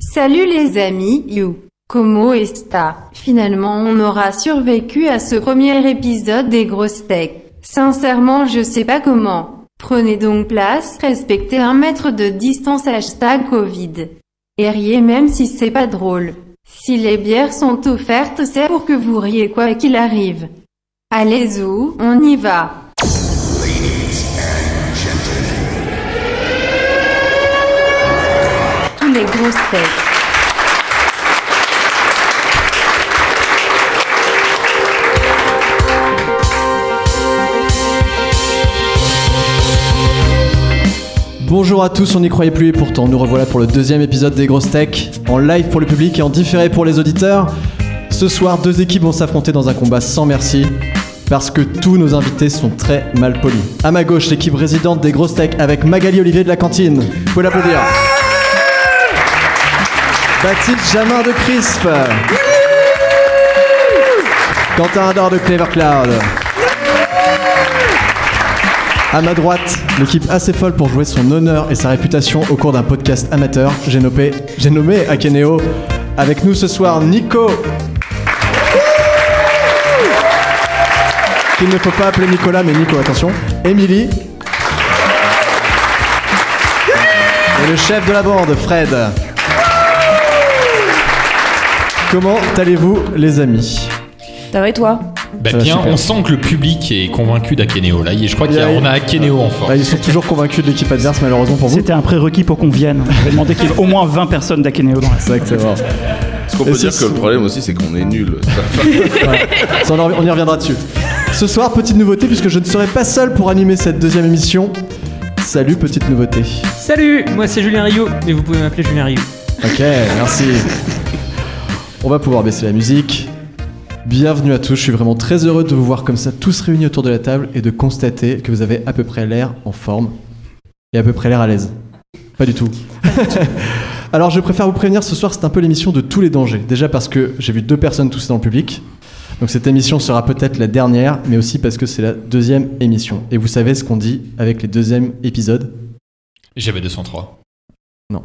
Salut les amis, you. Como esta? Finalement on aura survécu à ce premier épisode des grosses tech. Sincèrement je sais pas comment. Prenez donc place, respectez un mètre de distance hashtag Covid. Et riez même si c'est pas drôle. Si les bières sont offertes c'est pour que vous riez quoi qu'il arrive. Allez où, on y va. Tous les grosses têtes. Bonjour à tous, on n'y croyait plus et pourtant nous revoilà pour le deuxième épisode des Grosses Tech, en live pour le public et en différé pour les auditeurs. Ce soir, deux équipes vont s'affronter dans un combat sans merci, parce que tous nos invités sont très mal polis. À ma gauche, l'équipe résidente des Grosses Tech avec Magali Olivier de la Cantine. Vous pouvez l'applaudir. Baptiste Jamin de Crisp. Quentin Ador de Clever Cloud. À ma droite, l'équipe assez folle pour jouer son honneur et sa réputation au cours d'un podcast amateur. J'ai nommé, j'ai nommé Akeneo. Avec nous ce soir, Nico. Qu'il ne faut pas appeler Nicolas, mais Nico, attention. Émilie. Et le chef de la bande, Fred. Comment allez-vous, les amis Ça va et toi Bah Ça va bien, super. on sent que le public est convaincu d'Akeneo là. Je crois qu'on a, Il y a- on a Akeneo en force. Bah, Ils sont toujours convaincus de l'équipe adverse, malheureusement pour vous. C'était un prérequis pour qu'on vienne. J'avais demandé qu'il y ait au moins 20 personnes d'Akeneo dans la salle. Exactement. Ce qu'on Et peut c'est dire que sous- le problème aussi, c'est qu'on est nul. Ça, on, en- on y reviendra dessus. Ce soir, petite nouveauté, puisque je ne serai pas seul pour animer cette deuxième émission. Salut, petite nouveauté. Salut, moi c'est Julien Rio, mais vous pouvez m'appeler Julien Rio. Ok, merci. On va pouvoir baisser la musique. Bienvenue à tous, je suis vraiment très heureux de vous voir comme ça, tous réunis autour de la table, et de constater que vous avez à peu près l'air en forme, et à peu près l'air à l'aise. Pas du tout. Alors je préfère vous prévenir, ce soir c'est un peu l'émission de tous les dangers. Déjà parce que j'ai vu deux personnes tousser dans le public, donc cette émission sera peut-être la dernière, mais aussi parce que c'est la deuxième émission. Et vous savez ce qu'on dit avec les deuxièmes épisodes J'avais 203. Non.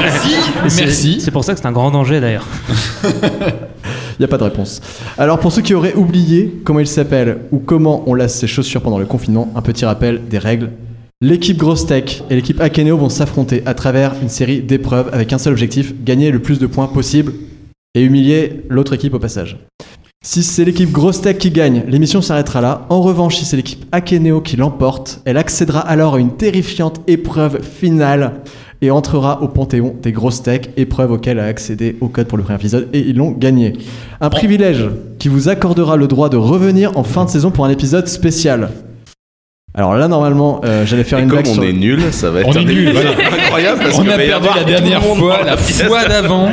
Merci. Merci. C'est pour ça que c'est un grand danger d'ailleurs. Il n'y a pas de réponse. Alors pour ceux qui auraient oublié comment il s'appelle ou comment on lasse ses chaussures pendant le confinement, un petit rappel des règles. L'équipe Grosse Tech et l'équipe Akeneo vont s'affronter à travers une série d'épreuves avec un seul objectif, gagner le plus de points possible et humilier l'autre équipe au passage. Si c'est l'équipe Grosse Tech qui gagne, l'émission s'arrêtera là. En revanche, si c'est l'équipe Akeneo qui l'emporte, elle accédera alors à une terrifiante épreuve finale et entrera au panthéon des grosses tech, épreuve auquel a accédé au code pour le premier épisode, et ils l'ont gagné. Un privilège qui vous accordera le droit de revenir en fin de saison pour un épisode spécial. Alors là, normalement, euh, j'allais faire Et une comme blague on sur... est nul, ça va être On est un nul, épisode voilà. incroyable parce on que a va y perdu avoir la tout le dernière monde fois, dans la pièce. fois d'avant.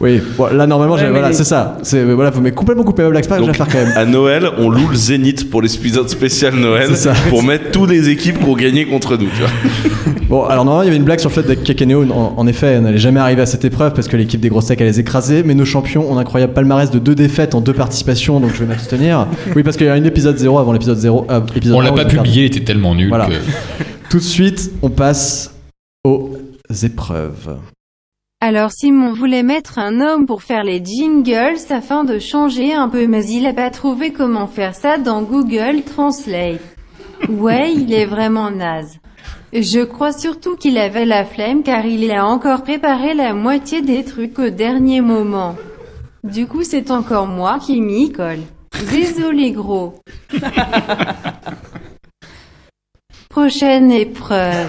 Oui, bon, là, normalement, j'avais- Ouais, mais voilà, les- c'est ça. C'est- Voilà, vous m'avez complètement coupé ma blague, c'est pas grave, Donc, je vais la faire quand même. à Noël, on loue le Zénith pour l'épisode spécial Noël C'est ça. pour mettre toutes les équipes pour gagner contre nous. Tu vois. Bon, alors normalement, il y avait une blague sur le fait qu'Akeneo, en, en effet, n'allait jamais arriver à cette épreuve parce que l'équipe des grosses tech allait les écraser. Mais nos champions ont un incroyable palmarès de deux défaites en deux participations, donc je vais m'abstenir. Oui, parce qu'il y a un épisode 0 avant l'épisode 0. euh, épisode On 1, l'a pas j'ai perdu. publié, il était tellement nul Voilà. que. Tout de suite, on passe aux épreuves. Alors Simon voulait mettre un homme pour faire les jingles afin de changer un peu mais il a pas trouvé comment faire ça dans Google Translate. Ouais, il est vraiment naze. Je crois surtout qu'il avait la flemme car il a encore préparé la moitié des trucs au dernier moment. Du coup, c'est encore moi qui m'y colle. Désolé gros. Prochaine épreuve.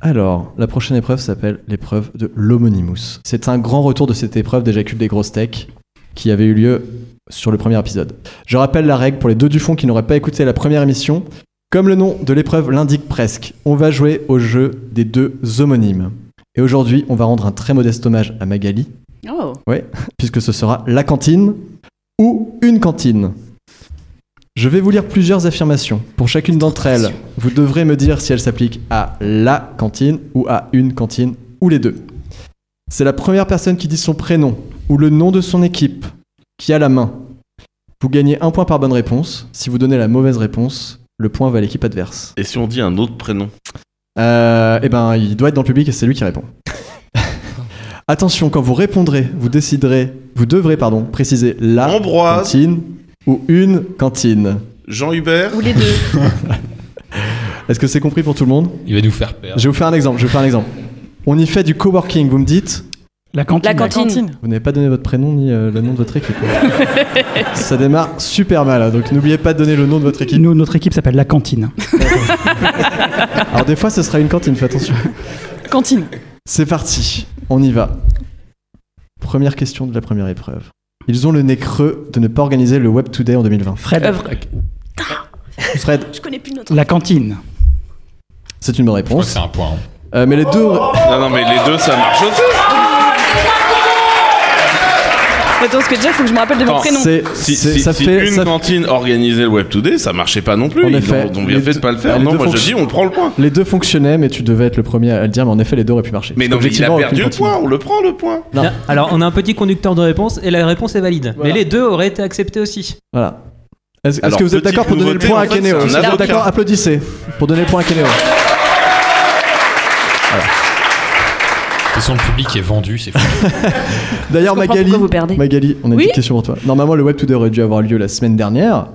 Alors, la prochaine épreuve s'appelle l'épreuve de l'homonymous. C'est un grand retour de cette épreuve d'éjacule des grosses tech qui avait eu lieu sur le premier épisode. Je rappelle la règle pour les deux du fond qui n'auraient pas écouté la première émission. Comme le nom de l'épreuve l'indique presque, on va jouer au jeu des deux homonymes. Et aujourd'hui, on va rendre un très modeste hommage à Magali, Oh. puisque ce sera la cantine ou une cantine. Je vais vous lire plusieurs affirmations. Pour chacune d'entre elles, vous devrez me dire si elles s'appliquent à la cantine ou à une cantine ou les deux. C'est la première personne qui dit son prénom ou le nom de son équipe qui a la main. Vous gagnez un point par bonne réponse. Si vous donnez la mauvaise réponse, le point va à l'équipe adverse. Et si on dit un autre prénom Euh, eh ben, il doit être dans le public et c'est lui qui répond. Attention, quand vous répondrez, vous déciderez, vous devrez, pardon, préciser la Ambroise. cantine ou une cantine. Jean Hubert Ou les deux. Est-ce que c'est compris pour tout le monde Il va nous faire perdre. Je vais vous faire un exemple. Je vais vous faire un exemple. On y fait du coworking. Vous me dites, La cantine. La cantine. vous n'avez pas donné votre prénom ni euh, le nom de votre équipe. Ça démarre super mal. hein, Donc n'oubliez pas de donner le nom de votre équipe. Nous, notre équipe s'appelle La Cantine. Alors des fois, ce sera une cantine. Faites attention. Cantine. C'est parti, on y va. Première question de la première épreuve. Ils ont le nez creux de ne pas organiser le Web Today en 2020. Euh, Fred. Œuvre. Fred, Je connais plus notre. La Cantine. c'est une bonne Je crois que réponse. c'est un point. hein. Euh, mais les deux, Non, non, mais les deux, ça marche aussi. Attends, ce que déjà, faut que je me rappelle de mon Attends, prénom. c'est, Si, c'est- si- ça si fait, une ça- cantine organisait le Web Today, ça marchait pas non plus. En Ils effet. ont- ont bien Les fait de deux- pas le faire. les Non, deux moi je fonctions- dis, on prend le point. les deux fonctionnaient, mais tu devais être le premier à le dire. Mais en effet, les deux auraient pu marcher. Mais non, mais il a Objectivement, aucune perdu le cantine. point, on le prend le point. Non. Là, Alors, on a un petit conducteur de réponse et la réponse est valide. Voilà. Mais les deux auraient été acceptés aussi. Voilà. Est-ce, est-ce Alors, que vous êtes petite d'accord pour donner le nouveauté, point à en fait, c'est Kenéo un Si vous êtes avocat. d'accord, applaudissez pour donner le point à Kenéo. De toute façon, le public est vendu, c'est fou. D'ailleurs, Je comprends Magali, pourquoi vous perdez. Magali, on a Oui une petite question pour toi. Normalement, le Web Today aurait dû avoir lieu la semaine dernière.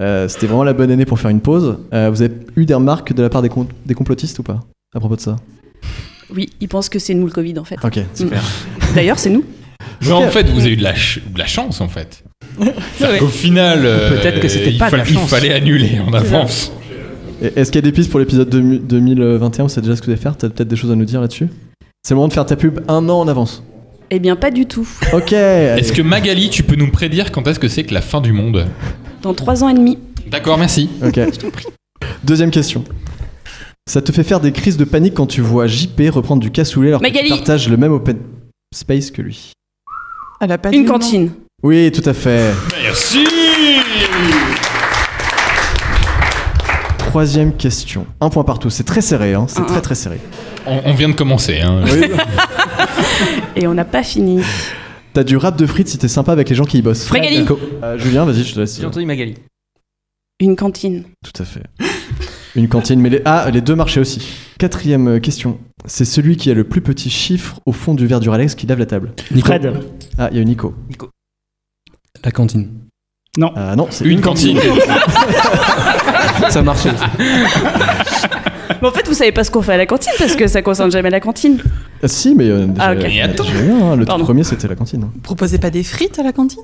Euh, C'était vraiment la bonne année pour faire une pause. Euh, vous avez eu des remarques de la part des, com- des complotistes ou pas à propos de ça Oui, ils pensent que c'est nous le Covid en fait. Ok. Super. D'ailleurs, c'est nous. Mais Ok. en fait, vous avez eu de la, ch- de la chance, en fait. Ouais. Au final, euh, Peut-être que c'était il pas de la fa- il chance. fallait annuler en avance. Et Est-ce qu'il y a des pistes pour l'épisode 2000 2021 Vous savez déjà ce que vous allez faire T'as peut-être des choses à nous dire là-dessus C'est le moment de faire ta pub un an en avance. Eh bien, pas du tout. Ok. Est-ce que Magali, tu peux nous prédire quand est-ce que c'est que la fin du monde Dans trois ans et demi. D'accord, merci. Ok. Deuxième question. Ça te fait faire des crises de panique quand tu vois JP reprendre du cassoulet alors que Magali. tu partages le même open space que lui. Elle a pas dit Une le nom. cantine. Oui, tout à fait. Merci Troisième question. Un point partout. C'est très serré, hein. C'est Un, très un. très serré. on, on vient de commencer. Hein. Et on n'a pas fini. T'as du rap de frites si t'es sympa avec les gens qui y bossent. Frégali. D'accord. Euh, Julien, vas-y, je te laisse. J'ai entendu Magali. Une cantine. Tout à fait. Une cantine, mais les... Ah, les deux marchés aussi. Quatrième euh, question. C'est celui qui a le plus petit chiffre au fond du verre du Ralex qui lave la table. Fred. Ah, il y a Nico. La cantine. Ah non, c'est Une cantine. Ça marche. Ah, Mais en fait, vous savez pas ce qu'on fait à la cantine parce que ça concerne jamais la cantine. Ah, si, mais euh, Ah, déjà- ok. Mais attends. déjà eu un, hein. le tout Pardon. premier c'était la cantine. Proposez pas des frites à la cantine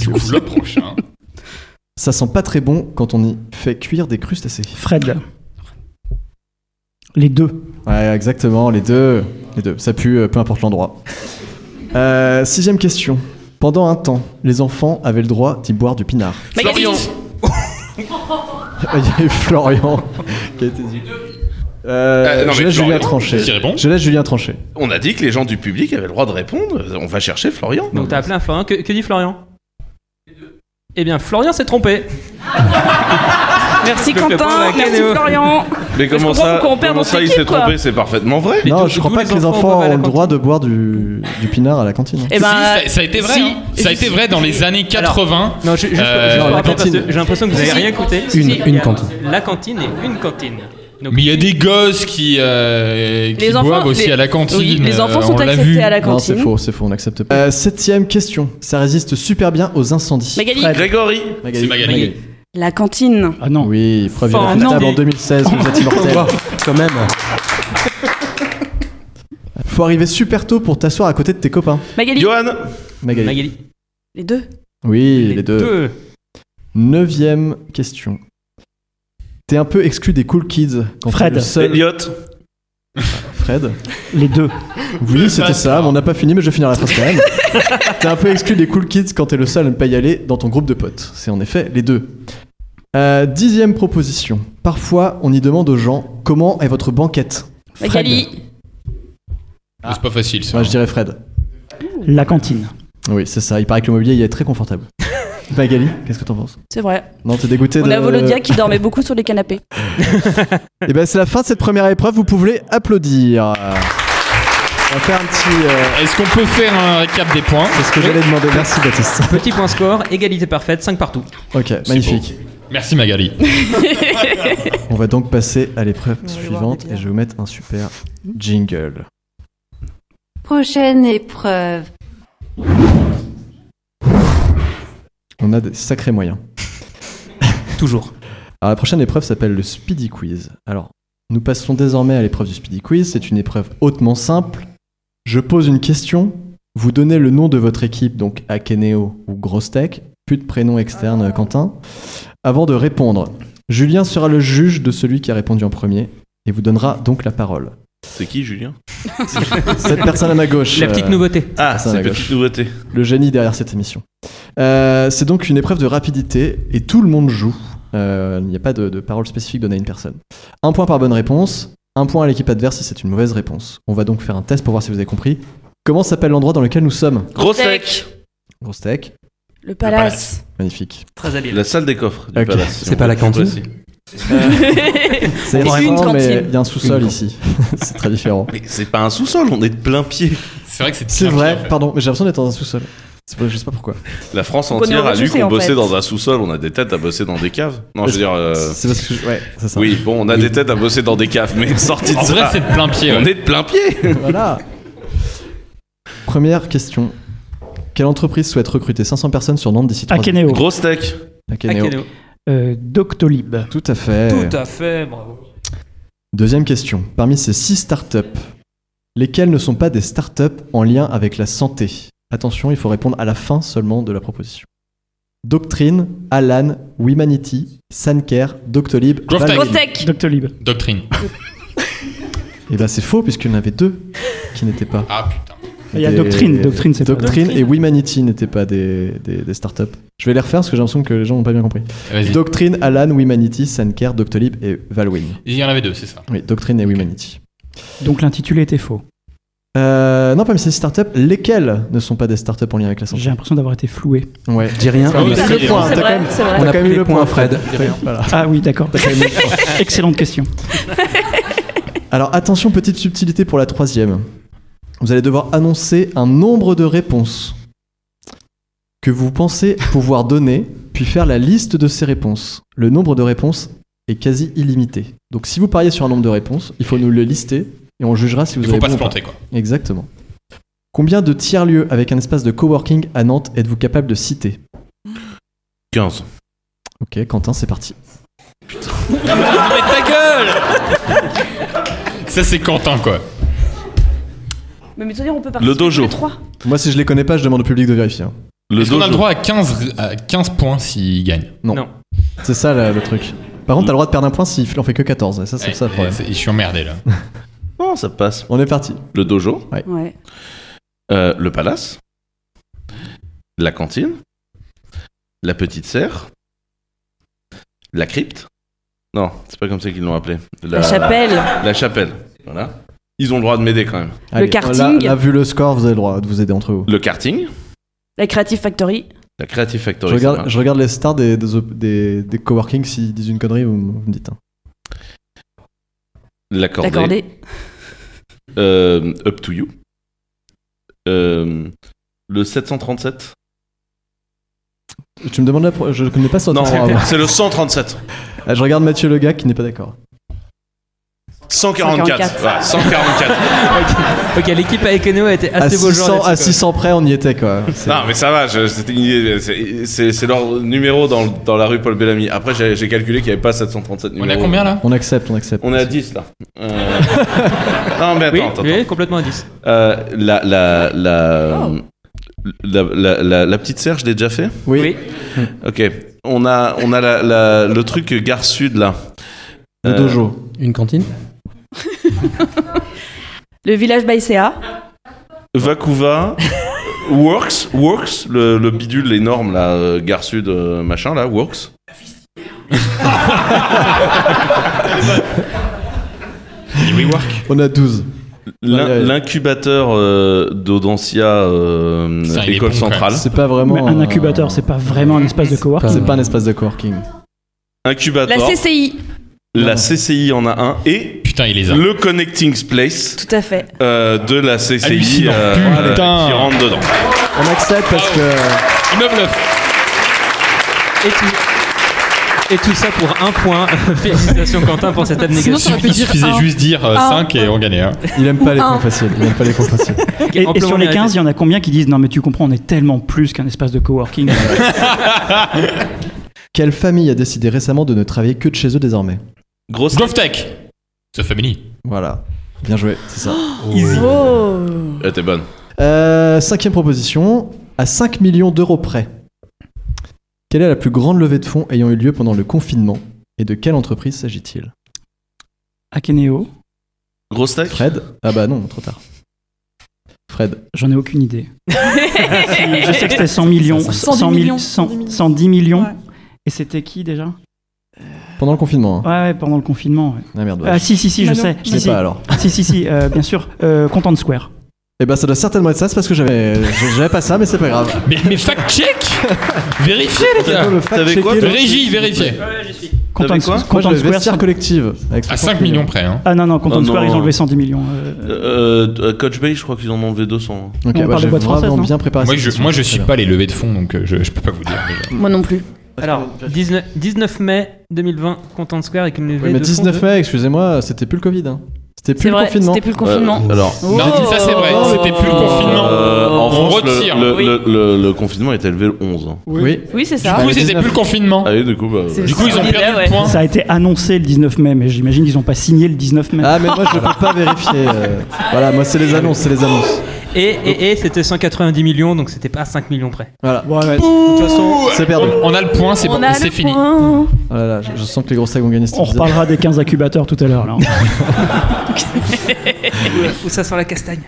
Du coup, le prochain. Ça sent pas très bon quand on y fait cuire des crustacés. Fred. Les deux. Ouais, exactement, les deux. Les deux. Ça pue, euh, peu importe l'endroit. Euh, sixième question. Pendant un temps, les enfants avaient le droit d'y boire du pinard. Magali. Ah, Il y a eu Florian qui a été dit. Euh, Euh, non, je mais laisse Julien Florian, trancher. qui répond Je laisse Julien trancher. On a dit que les gens du public avaient le droit de répondre. On va chercher Florian. Donc, t'as appelé un Florian. Ah, Que, que dit Florian Eh bien, Florian s'est trompé. Merci Je peux répondre à Quentin. Merci Kéo. Florian. Mais comment comprends ça, pourquoi on perd comment notre ça il équipe, s'est quoi. trompé C'est parfaitement vrai. Mais Non, d'où- je crois d'où pas les que les enfants enfants boivent à la ont le cantine droit de boire du, du pinard à la cantine. Eh Si, ben, ça, ça a été vrai. si. hein. Ça a été vrai dans les années bah, Alors, 80. Non, ju- juste, Euh, juste pour la rappeler, parce cantine. que j'ai l'impression que vous n'avez rien écouté. Une- Si, une il y a cantine. La cantine et une cantine. Donc, Mais il y a des gosses qui, euh, qui Les enfants- boivent aussi les- à la cantine. oui, les enfants euh, sont on l'a acceptés vu. à la Non, c'est cantine. faux, c'est faux, on n'accepte pas. Euh, septième question. Ça résiste super bien aux incendies. Magali. Grégory. Magali. C'est Magali. La cantine. Ah non. Oui, preuve Enfin, irréfutable non. en 2016, vous êtes immortel. Quand même. Faut arriver super tôt pour t'asseoir à côté de tes copains. Magali. Johan. Magali. Magali. Les deux. Oui, les, deux. deux. Neuvième question. T'es un peu exclu des cool kids quand t'es Fred. le seul. Elliot. Fred. Les deux. Oui, c'était ça, mais on n'a pas fini, mais je vais finir la phrase quand même. t'es un peu exclu des cool kids quand t'es le seul à ne pas y aller dans ton groupe de potes. C'est en effet les deux. Euh, dixième proposition. Parfois, on y demande aux gens comment est votre banquette. Magali. C'est pas facile ça. hein. Moi, je dirais Fred. La cantine. Oui, c'est ça. Il paraît que le mobilier il est très confortable. Magali, qu'est-ce que t'en penses C'est vrai. Non, t'es dégoûté On de. a Volodia qui dormait beaucoup sur les canapés. Et ben, c'est la fin de cette première épreuve. Vous pouvez applaudir. On va faire un petit. euh, Est-ce qu'on peut faire un récap des points C'est ce que j'allais demander. Merci, Baptiste. Petit point score, égalité parfaite, 5 partout. Ok, magnifique. Merci Magali. On va donc passer à l'épreuve On va aller voir suivante des et bières. je vais vous mettre un super jingle. Prochaine épreuve. On a des sacrés moyens. Toujours. Alors la prochaine épreuve s'appelle le Speedy Quiz. Alors, nous passons désormais à l'épreuve du Speedy Quiz. C'est une épreuve hautement simple. Je pose une question, vous donnez le nom de votre équipe, donc Akeneo ou Grosse Tech, plus de prénom externe Ah. Quentin, avant de répondre. Julien sera le juge de celui qui a répondu en premier et vous donnera donc la parole. C'est qui, Julien Cette personne à ma gauche. La petite euh, nouveauté. Ah, Ça, c'est la petite gauche. nouveauté. le génie derrière cette émission. Euh, c'est donc une épreuve de rapidité et tout le monde joue. Euh, Il n'y a pas de, de parole spécifique donnée à une personne. Un point par bonne réponse, un point à l'équipe adverse si c'est une mauvaise réponse. On va donc faire un test pour voir si vous avez compris. Comment s'appelle l'endroit dans lequel nous sommes Grosse tech. Steak. Grosse tech, Le palace. magnifique. Très habile. La salle des coffres du Ok. palace. C'est pas la cantine Voici. C'est Une restaurant, mais cantine. il y a un sous-sol Une ici. c'est très différent. Mais c'est pas un sous-sol, on est de plein pied. C'est vrai que c'est C'est bien vrai, pire, en fait. pardon, mais j'ai l'impression d'être dans un sous-sol. C'est pas- Je sais pas pourquoi. La France Donc on est entière a lu enregistré, qu'on en fait. bossait dans un sous-sol, on a des têtes à bosser dans des caves. Non, je veux dire. euh, C'est parce que je- Ouais, c'est ça. Oui, bon, on a des têtes à bosser dans des caves, mais sorti de En vrai, ça. c'est de plein pied. ouais. on est de plein pied. Voilà. Première question. Quelle entreprise souhaite recruter 500 personnes sur Nantes d'ici 3 ans Akeneo. Grosse tech. Akeneo. Akeneo. Euh, Doctolib. Tout à fait. Tout à fait, bravo. Deuxième question. Parmi ces 6 startups, lesquelles ne sont pas des startups en lien avec la santé Attention, il faut répondre à la fin seulement de la proposition. Doctrine, Alan, Wimanity, Sancare, Doctolib, Growth Valkyrie. Tech. Grosse tech. Doctolib. Doctrine. Et bah c'est faux puisqu'il y en avait deux qui n'étaient pas. Ah putain. Il y a Des- Doctrine, Doctrine, c'est pas- Doctrine et Doctrine. Wimanity n'étaient pas des, des, des startups. Je vais les refaire parce que j'ai l'impression que les gens n'ont pas bien compris. Vas-y. Doctrine, Alan, Wimanity, Sancare, Doctolib et Valwin. Il y en avait deux, c'est ça. Oui, Doctrine et Wimanity. Donc l'intitulé était faux. Euh, non, parmi ces startups, lesquelles ne sont pas des startups en lien avec la santé J'ai l'impression d'avoir été floué. Ouais. Dis rien. Ah oui, c'est- point, C'est vrai, t'as quand même- c'est t'as vrai. quand a même pris eu les le points, point, Fred. Voilà. Ah oui, d'accord. Excellente question. Alors attention, petite subtilité pour la troisième. Vous allez devoir annoncer un nombre de réponses que vous pensez pouvoir donner, puis faire la liste de ces réponses. Le nombre de réponses est quasi illimité. Donc si vous pariez sur un nombre de réponses, il faut nous le lister et on jugera si vous Il avez faut pas bon se ou pas. planter, quoi. Exactement. Combien de tiers-lieux avec un espace de coworking à Nantes êtes-vous capable de citer 15. Ok, Quentin, c'est parti. Mais ta gueule Ça, c'est Quentin, quoi. Mais mais tu veux dire, on peut partir. Le dojo. tous les trois. Moi, si je les connais pas, je demande au public de vérifier. hein. Le Est-ce qu'on a dojo. le droit à 15, à 15 points s'il gagne C'est ça là, le truc. Par contre, t'as le droit de perdre un point s'il en fait que 14. Et ça, c'est Ouais, ça le et problème. c'est- Je suis emmerdé, là. Non, ça passe. On est parti. Le dojo, Ouais. euh, le palace, la cantine, la petite serre, la crypte. Non, c'est pas comme ça qu'ils l'ont appelé. La chapelle. La chapelle. Voilà. Ils ont le droit de m'aider quand même. Allez, karting. Là, là, vu le score, vous avez le droit de vous aider entre vous. Le karting, La Creative Factory. la Creative Factory. Je regarde, ça je regarde les stars des, des, op- des, des coworking. S'ils disent une connerie, vous, m- vous me dites. hein. va. L'accordé. L'accordé. Euh, up to you. Euh, le 737. Tu me demandes la. pro- Je connais pas son Non, nom avant. c'est le 137. Ah, Je regarde Mathieu Legac qui n'est pas d'accord. 144. 144. Voilà, 144. Ok, l'équipe avec Eneo a été À assez beau 600, genre. à 600 près, on y était quoi. C'est- non, mais ça va, je- c'était une idée, c'est- c'est c'est leur numéro dans, dans la rue Paul Bellamy. Après, j'ai j'ai calculé qu'il n'y avait pas 737 On est numéros. à combien, là On accepte, on accepte. On est à 10 là. Euh, non, mais attends, Oui, attends. oui, attends. complètement à 10. Euh, la, la, la, la, la, la- la petite serre, je l'ai déjà fait Oui. Hmm. Oui. Ok. On a, on a la- la- le truc Gare Sud là. Le Euh, dojo. Une cantine Le village Baïséa. Vakuva, Works, Works, le, le bidule énorme là, euh, Gare Sud, euh, machin là, Works. On a 12. L'in- Ouais, ouais. L'incubateur euh, d'Audencia euh, Putain, il est École bon, quand Centrale. même. C'est pas Mais vraiment. un euh, incubateur, c'est pas vraiment un espace de coworking. C'est pas un espace de coworking. La Incubateur, CCI. la CCI en a un et Putain, il les a. le Connecting Place Tout à fait. euh, de la CCI Hallucinant, euh, putain. qui rentre dedans. On accepte parce que. Immeuble neuf. Et tout. Et tout ça pour un point. Félicitations Quentin pour cette Sinon, abnégation. ça aurait pu Il dire suffisait un. juste dire euh, Un. 5 et on gagnait. hein. Il aime pas les points Ah. faciles. Il aime pas les points faciles. Et, et Amplement sur les mérité. 15, il y en a combien qui disent Non, mais tu comprends, on est tellement plus qu'un espace de coworking. Quelle famille a décidé récemment de ne travailler que de chez eux désormais Grosse Grove Tech The Family. Voilà. Bien joué, c'est ça. Oh. Euh, T'es bonne. Euh, cinquième proposition. À 5 millions d'euros près, quelle est la plus grande levée de fonds ayant eu lieu pendant le confinement et de quelle entreprise s'agit-il Akeneo, Grosse tech Fred Ah bah non, trop tard. Fred, j'en ai aucune idée. Je sais que c'était 100 millions, Ça, 110 100 millions, 110 100 millions. 110 millions. Ouais. Et c'était qui déjà pendant le confinement. hein. ouais, ouais, pendant le confinement. ouais. Ah merde, ouais. Ah, si, si, si, je Manon. sais. Je Si, je sais si, pas alors. si, si, si, euh, bien sûr. Euh, Content Square. Eh bah ça doit certainement être ça, c'est parce que j'avais j'avais pas ça, mais c'est pas grave. Mais, mais fact-check Vérifiez, les gars Le fact T'avais quoi, checker, toi le- Régie, vérifiez Content, T'avais quoi Moi Content j'avais Square. vestiaire collective. avec À 60 5 millions près. Hein. Ah non, non, Content Oh, Square, non. ils ont levé 110 millions. euh, Euh, euh, Coach Bay, je crois qu'ils en ont enlevé 200. Ok, On bah, parle de j'ai boîte vraiment française, non bien préparé. Moi, cette je, question, moi, je très suis bien. pas les levées de fonds, donc euh, je, je peux pas vous dire. déjà. Moi non plus. Alors, 19, 19 mai 2020, Content Square avec une levée Oui, mais de fonds 19 de- mai, excusez-moi, c'était plus le Covid. hein. C'était plus C'est le vrai, confinement. c'était plus le confinement. Euh, alors, Oh. Non, ça, c'est vrai, c'était plus le confinement. euh, en On France, le- retire. Le, Oui. le, le- le confinement est élevé le 11. hein. Oui. Oui, c'est Du ça. coup, c'était plus le confinement. Allez, du coup, bah, C'est- Du coup, ils ont Ouais, perdu ouais. le point. Ça a été annoncé le 19 mai, mais j'imagine qu'ils n'ont pas signé le 19 mai. Ah, mais moi je peux pas vérifier. euh. Voilà, moi c'est les annonces, c'est les annonces. Et, et, et c'était 190 millions, donc c'était pas à 5 millions près. Voilà. Ouais, ouais. De toute façon, c'est perdu. On a le point, c'est On bon, a c'est le fini. point. Oh là là, je, je sens que les grosses sacs vont gagner cette On reparlera des 15 incubateurs tout à l'heure. là. Où ça sent la castagne.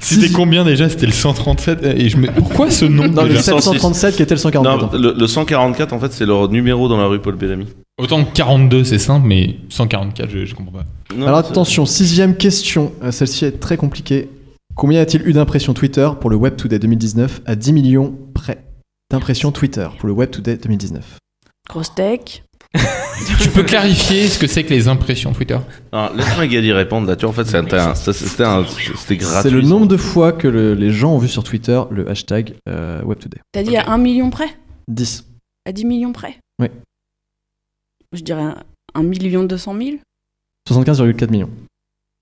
C'était combien déjà C'était le 137 et je me... Pourquoi ce nom Non, le déjà 737 qui était le 144. Non, le, le 144, en fait, c'est leur numéro dans la rue Paul Bellamy. Autant que 42 c'est simple, mais 144 je, je comprends pas. Non, Alors c'est- attention, sixième question. Euh, Celle-ci est très compliquée. Combien y a-t-il eu d'impressions Twitter pour le Web Today 2019 à 10 millions près d'impressions Twitter pour le Web Today 2019 Grosse tech. Tu peux clarifier ce que c'est que les impressions Twitter Alors, laisse Magali Ah, répondre là. Tu vois, en fait, c'est un- t'as un- ça, c'était un- c'était gratuit. C'est le ça. nombre de fois que le- les gens ont vu sur Twitter le hashtag euh, Web Today. T'as dit à 1 million près 10. À 10 millions près Oui. Je dirais un- un million 200 000 75,4 millions.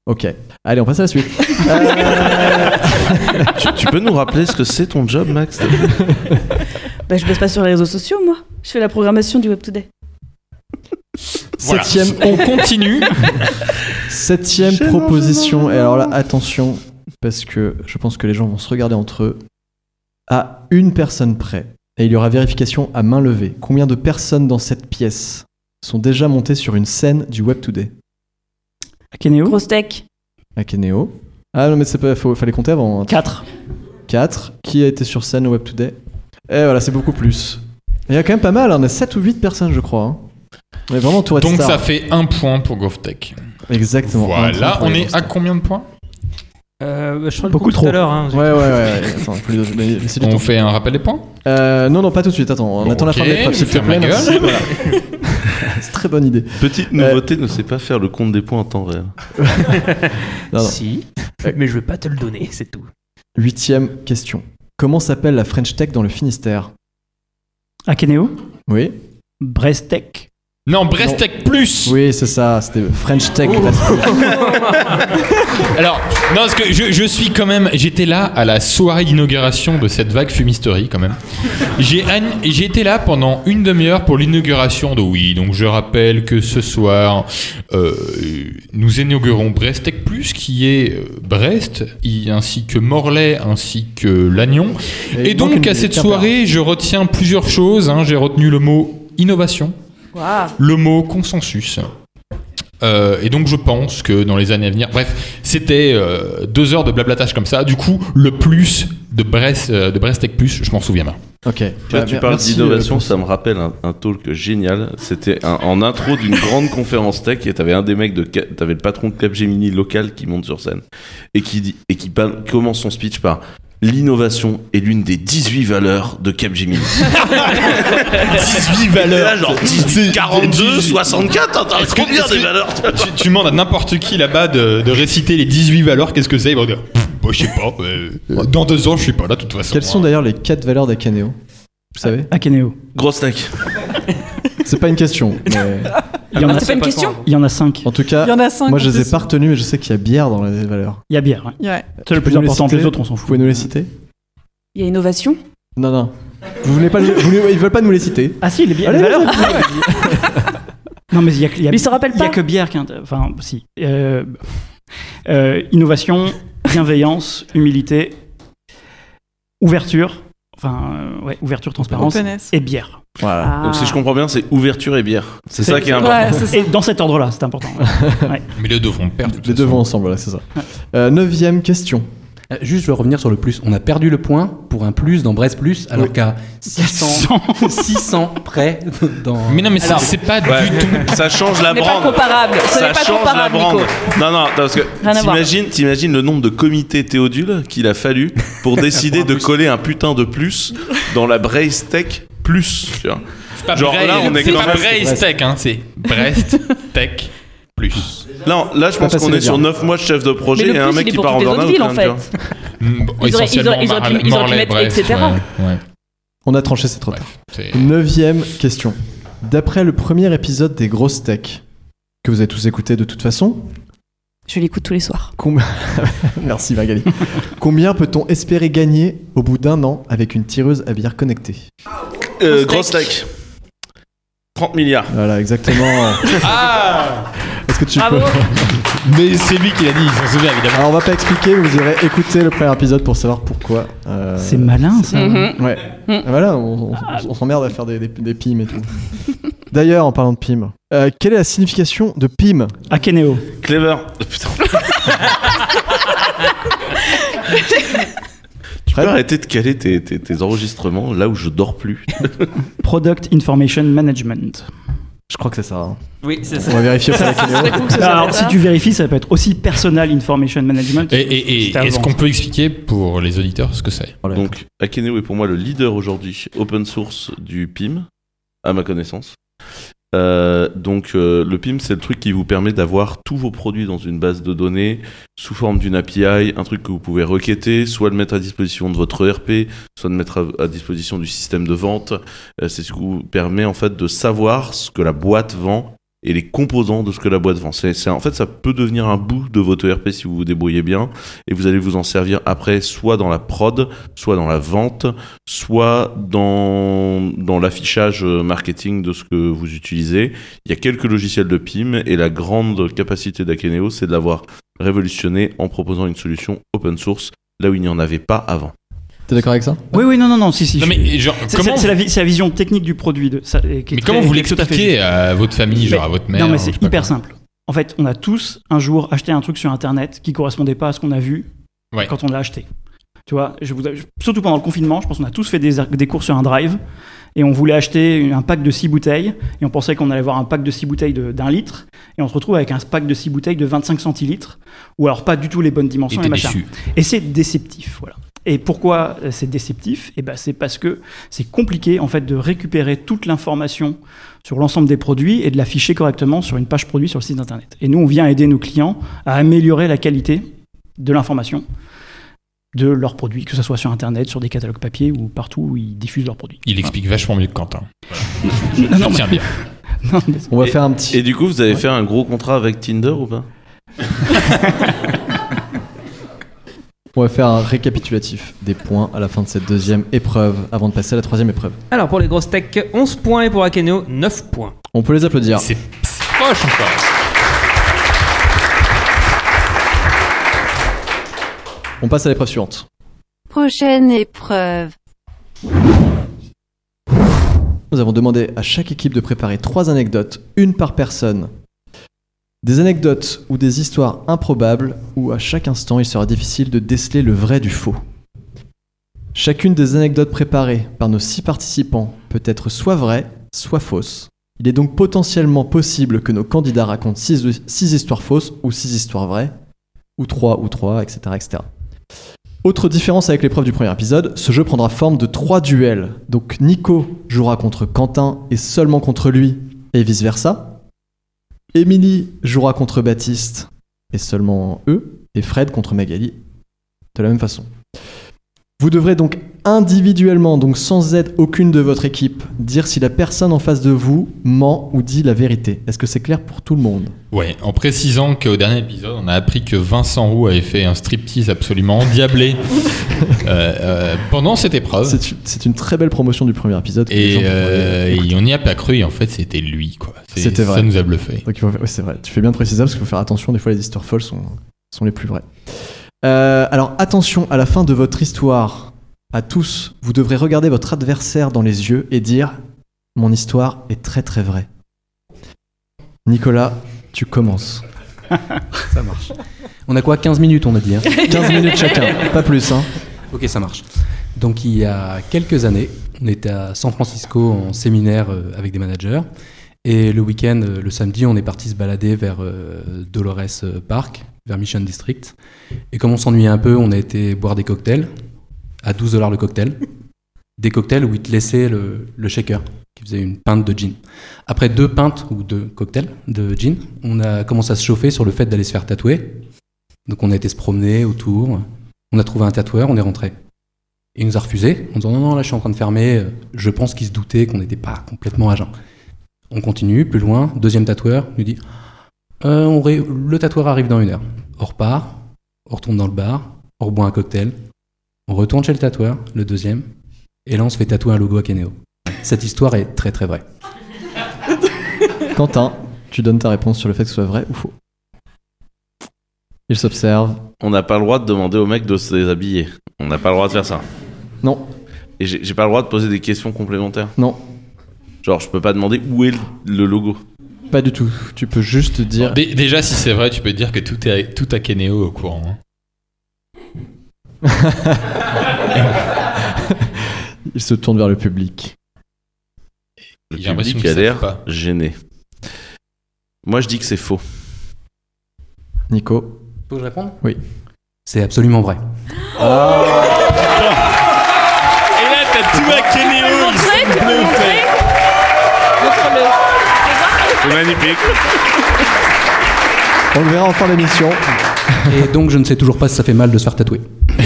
Ok. Allez, on passe à la suite. Euh, Tu, tu peux nous rappeler ce que c'est ton job, Max s'il te plaît Bah, je bosse pas sur les réseaux sociaux, moi. Je fais la programmation du Web Today. Voilà. septième, On continue. septième Gênant, proposition. gênant, Et alors là, gênant. attention, parce que je pense que les gens vont se regarder entre eux. À une personne près, et il y aura vérification à main levée. Combien de personnes dans cette pièce sont déjà montées sur une scène du Web Today Akeneo Grosse tech. Akeneo. Ah non, mais c'est pas, faut- fallait compter avant. 4. 4. Qui a été sur scène au Web Today Et voilà, c'est beaucoup plus. Il y a quand même pas mal, hein, on a 7 ou 8 personnes, je crois. hein. On est vraiment touré de Donc stars. ça fait un point pour GovTech. Exactement. Voilà, on est à Ouais, combien de points Euh, je crois Beaucoup le compte trop. tout à l'heure. hein. ouais, ouais. ouais. Attends, faut lui donner- mais- mais c'est du On temps. fait un rappel des points Euh, non, non, pas tout de suite. Attends, on Bon, attend la ok, fin de l'épreuve, s'il te ferme ma plaît. gueule. merci, voilà. c'est très bonne idée. Euh, Petite nouveauté, ne sait pas faire le compte des points en temps réel. Bah, Non, non. Si, mais je vais pas te le donner, c'est tout. Huitième question. Comment s'appelle la French Tech dans le Finistère Akeneo Oui Brest Tech. Non, Brestech Plus Oh. Oui, c'est ça. C'était French Tech. Alors, non, parce que je, je suis quand même. J'étais là à la soirée d'inauguration de cette vague fumisterie, quand même. J'ai an- j'ai été là pendant une demi-heure pour l'inauguration de Oui. Donc, je rappelle que ce soir, euh, nous inaugurons Brest Tech Plus, qui est euh, Brest, y- ainsi que Morlaix, ainsi que Lannion. Et, il manque donc, une- à cette tiens, Pierre. soirée, je retiens plusieurs choses. hein. J'ai retenu le mot innovation Waouh. le mot consensus. Euh, et donc je pense que dans les années à venir, bref, c'était euh, deux heures de blablatage comme ça. Du coup, le plus de Brest, euh, de Brest Tech Plus, je m'en souviens bien. Ok. Tu, vois, Bah, tu mer- parles merci, d'innovation, euh, ça me rappelle un, un talk génial. C'était un- en intro d'une grande conférence tech et t'avais un des mecs de, Ca- t'avais le patron de Capgemini local qui monte sur scène et qui dit et qui parle- commence son speech par l'innovation est l'une des 18 valeurs de Capgemini. 18 Et là, genre 18, 42, 64, attends, Est-ce que- combien est-ce des que- valeurs toi Tu, tu demandes à n'importe qui là-bas de, de réciter les 18 valeurs, qu'est-ce que c'est Ils vont dire, Pff, bah, je sais pas, euh, dans deux ans je suis pas là de toute façon. Quelles sont d'ailleurs les quatre valeurs d'Akaneo Vous savez Akeneo. Grosse tech. C'est pas une question. mais Il y en a, c'est pas une passe question. loin. il y en a cinq. En tout cas, Il y en a cinq. moi en je les ai plus. pas retenus, mais je sais qu'il y a bière dans les valeurs. Il y a bière. ouais. Ouais. C'est le Tu peux plus nous les important. citer Les autres, on s'en Vous fout. pouvez nous les citer Il y a innovation. Non, non. Vous voulez pas, les- vous voulez- ils veulent pas nous les citer. Ah si, les bières. Allez, les valeurs. non, mais il y a, il y a- Mais ils s'en rappellent il y a pas. que bière qui. int- Enfin, si. Euh, euh, innovation, bienveillance, humilité, ouverture. Enfin, euh, ouais, ouverture, transparence Openness. et bière. Ah. Voilà. Ah. Donc si je comprends bien, c'est ouverture et bière. C'est ça qui est important. Ouais, c'est ça. Et dans cet ordre-là, c'est important. Mais les deux vont perdre. de toute Ah, Les deux façon. vont ensemble, voilà, c'est ça. Euh, neuvième question. Euh, Juste, je veux revenir sur le plus. On a perdu le point pour un plus dans Brest Plus, alors qu'à 600, 600 près dans. Mais non, mais c'est c'est pas Ouais. du tout. Ça change la Ce n'est pas brande. comparable. Ce n'est Ça pas change la comparable, Nico. brande. Non, non, attends, parce que Rien à voir. t'imagines, t'imagines le nombre de comités Théodule qu'il a fallu pour décider de coller un putain de plus dans la Braise Tech plus. tu vois. C'est pas Genre, Brest- là, on est c'est quand pas même- Brest Tech, hein, c'est Brest Tech plus. Là, on- là Ah, je pense facile qu'on à est dire. sur 9 mois de chef de projet Mais le et un plus, mec il est qui pour part en toutes les autres burn-out. villes, quand en même, tu vois. fait. Hmm, Ils auraient- ils auraient- ils auraient pu- ils auraient pu mettre etc. On a tranché, c'est trop tard. Neuvième question. D'après le premier épisode des Grosses Tech, que vous avez tous écouté de toute façon, Je l'écoute tous les soirs. Combien... Merci Magali. Combien peut-on espérer gagner au bout d'un an avec une tireuse à bière connectée Euh, Grosse tech. 30 milliards. Voilà, exactement. Ah Est-ce que tu Bravo. peux Mais c'est lui qui l'a dit, il s'en souvient évidemment. Alors on va pas expliquer, vous irez écouter le premier épisode pour savoir pourquoi. euh, C'est malin, ça. Mhm. Ouais. Mm. Voilà, on, on- on s'emmerde à faire des, des, des pimes et tout. D'ailleurs, en parlant de pimes, euh, quelle est la signification de pime Akeneo. Clever. Oh, putain. tu peux Fred arrêter de caler tes, tes- tes enregistrements là où je dors plus. Product Information Management. Je crois que c'est ça. hein. Oui, c'est On va vérifier auprès de la Kineo. Alors, si tu vérifies, ça peut être aussi Personal Information Management. Et, et- et C'était avant. est-ce qu'on peut expliquer pour les auditeurs ce que c'est Voilà. Donc, Akeneo est pour moi le leader aujourd'hui open source du PIM, à ma connaissance. Euh, donc, euh, le PIM, c'est le truc qui vous permet d'avoir tous vos produits dans une base de données sous forme d'une API, un truc que vous pouvez requêter, soit le mettre à disposition de votre ERP, soit le mettre à, à disposition du système de vente. Euh, c'est ce qui vous permet en fait de savoir ce que la boîte vend et les composants de ce que la boîte vend. C'est, c'est- en fait, ça peut devenir un bout de votre ERP si vous vous débrouillez bien, et vous allez vous en servir après, soit dans la prod, soit dans la vente, soit dans, dans l'affichage euh, marketing de ce que vous utilisez. Il y a quelques logiciels de PIM, et la grande capacité d'Akeneo, c'est de l'avoir révolutionné en proposant une solution open source là où il n'y en avait pas avant. T'es d'accord avec ça Oui, oui, non, non, non, si, si. Non je- mais genre, C'est comment, c'est- c'est la, vi- c'est la vision technique du produit. De, ça, et qui est mais très- comment vous qui est tout à fait l'expliquez à votre famille, genre Mais- à votre mère Non, mais je sais c'est pas hyper quoi. simple. En fait, on a tous un jour acheté un truc sur Internet qui correspondait pas à ce qu'on a vu Ouais. quand on l'a acheté. Tu vois, je vous, je- surtout pendant le confinement, je pense qu'on a tous fait des, des cours sur un drive et on voulait acheter une- un pack de 6 bouteilles et on pensait qu'on allait avoir un pack de 6 bouteilles de- d'un litre et on se retrouve avec un pack de 6 bouteilles de 25 centilitres ou alors pas du tout les bonnes Et dimensions t'es et machin. déçu. Et c'est déceptif, voilà. Et pourquoi euh, c'est déceptif Eh ben, c'est parce que c'est compliqué en fait de récupérer toute l'information sur l'ensemble des produits et de l'afficher correctement sur une page produit sur le site internet. Et nous, on vient aider nos clients à améliorer la qualité de l'information de leurs produits, que ce soit sur internet, sur des catalogues papier ou partout où ils diffusent leurs produits. Il explique vachement mieux que Quentin. Non, non, Tiens bien. non, mais- On va faire un petit. Et du coup, vous avez fait un gros contrat avec Tinder ou pas On va faire un récapitulatif des points à la fin de cette deuxième épreuve avant de passer à la troisième épreuve. Alors pour les grosses tech, 11 points et pour Akeneo, 9 points. On peut les applaudir. C'est c'est proche encore. On passe à l'épreuve suivante. Prochaine épreuve. Nous avons demandé à chaque équipe de préparer trois anecdotes, une par personne. Des anecdotes ou des histoires improbables où à chaque instant il sera difficile de déceler le vrai du faux. Chacune des anecdotes préparées par nos six participants peut être soit vraie, soit fausse. Il est donc potentiellement possible que nos candidats racontent six, six histoires fausses ou six histoires vraies, ou trois ou trois, etc. etc. Autre différence avec l'épreuve du premier épisode, ce jeu prendra forme de trois duels. Donc Nico jouera contre Quentin et seulement contre lui, et vice-versa. Émilie jouera contre Baptiste et seulement eux, et Fred contre Magali, de la même façon. Vous devrez donc individuellement, donc sans aide aucune de votre équipe, dire si la personne en face de vous ment ou dit la vérité. Est-ce que c'est clair pour tout le monde Ouais, en précisant qu'au dernier épisode, on a appris que Vincent Roux avait fait un striptease absolument endiablé euh, euh, pendant cette épreuve. C'est- C'est une très belle promotion du premier épisode. que les Et, gens pourraient, euh, écouter. et on n'y a pas cru, et en fait, c'était lui, quoi. C'est- C'était vrai. Ça nous a bluffé. Donc, il faut faire- ouais, c'est vrai. Tu fais bien de préciser ça parce qu'il faut faire attention. Des fois, les histoires folles sont, sont les plus vraies. Euh, alors, attention, à la fin de votre histoire, à tous, vous devrez regarder votre adversaire dans les yeux et dire Mon histoire est très très vraie. Nicolas, tu commences. Ça marche. On a quoi 15 minutes, on a dit. hein 15 minutes chacun, pas plus. Hein. Ok, ça marche. Donc il y a quelques années, on était à San Francisco en séminaire euh, avec des managers. Et le week-end, euh, le samedi, on est parti se balader vers euh, Dolores Park, vers Mission District. Et comme on s'ennuyait un peu, on a été boire des cocktails, à 12 dollars le cocktail. Des cocktails où ils te laissaient le, le shaker, qui faisait une pinte de gin. Après deux pintes ou deux cocktails de gin, on a commencé à se chauffer sur le fait d'aller se faire tatouer. Donc on a été se promener autour, on a trouvé un tatoueur, on est rentré. Il nous a refusé en disant non, non, là je suis en train de fermer. Euh, Je pense qu'il se doutait qu'on n'était pas complètement agent. On continue, plus loin, deuxième tatoueur nous dit Euh, on ré- le tatoueur arrive dans une heure. On repart, on retourne dans le bar, on reboit un cocktail, on retourne chez le tatoueur, le deuxième, et là on se fait tatouer un logo Akeneo. Cette histoire est très très vraie. Quentin, tu donnes ta réponse sur le fait que ce soit vrai ou faux. Il s'observe. On n'a pas le droit de demander au mec de se déshabiller. On n'a pas le droit de faire ça. Non, Et j'ai j'ai pas le droit de poser des questions complémentaires. non, Genre, je peux pas demander où est le, le logo. pas du tout. Tu peux juste dire. Dé- déjà, si c'est vrai, tu peux dire que tout est tout à Kenéo au courant. hein. Il se tourne vers le public. Le J'ai l'impression public qu'ils a savent l'air pas. gêné. Moi, je dis que c'est faux. Nico. Faut que je réponde Oui. C'est absolument vrai. Et là, t'as tout à Kenéo. Tu peux le montrer C'est magnifique. On le verra en fin d'émission. Et donc je ne sais toujours pas si ça fait mal de se faire tatouer. Mais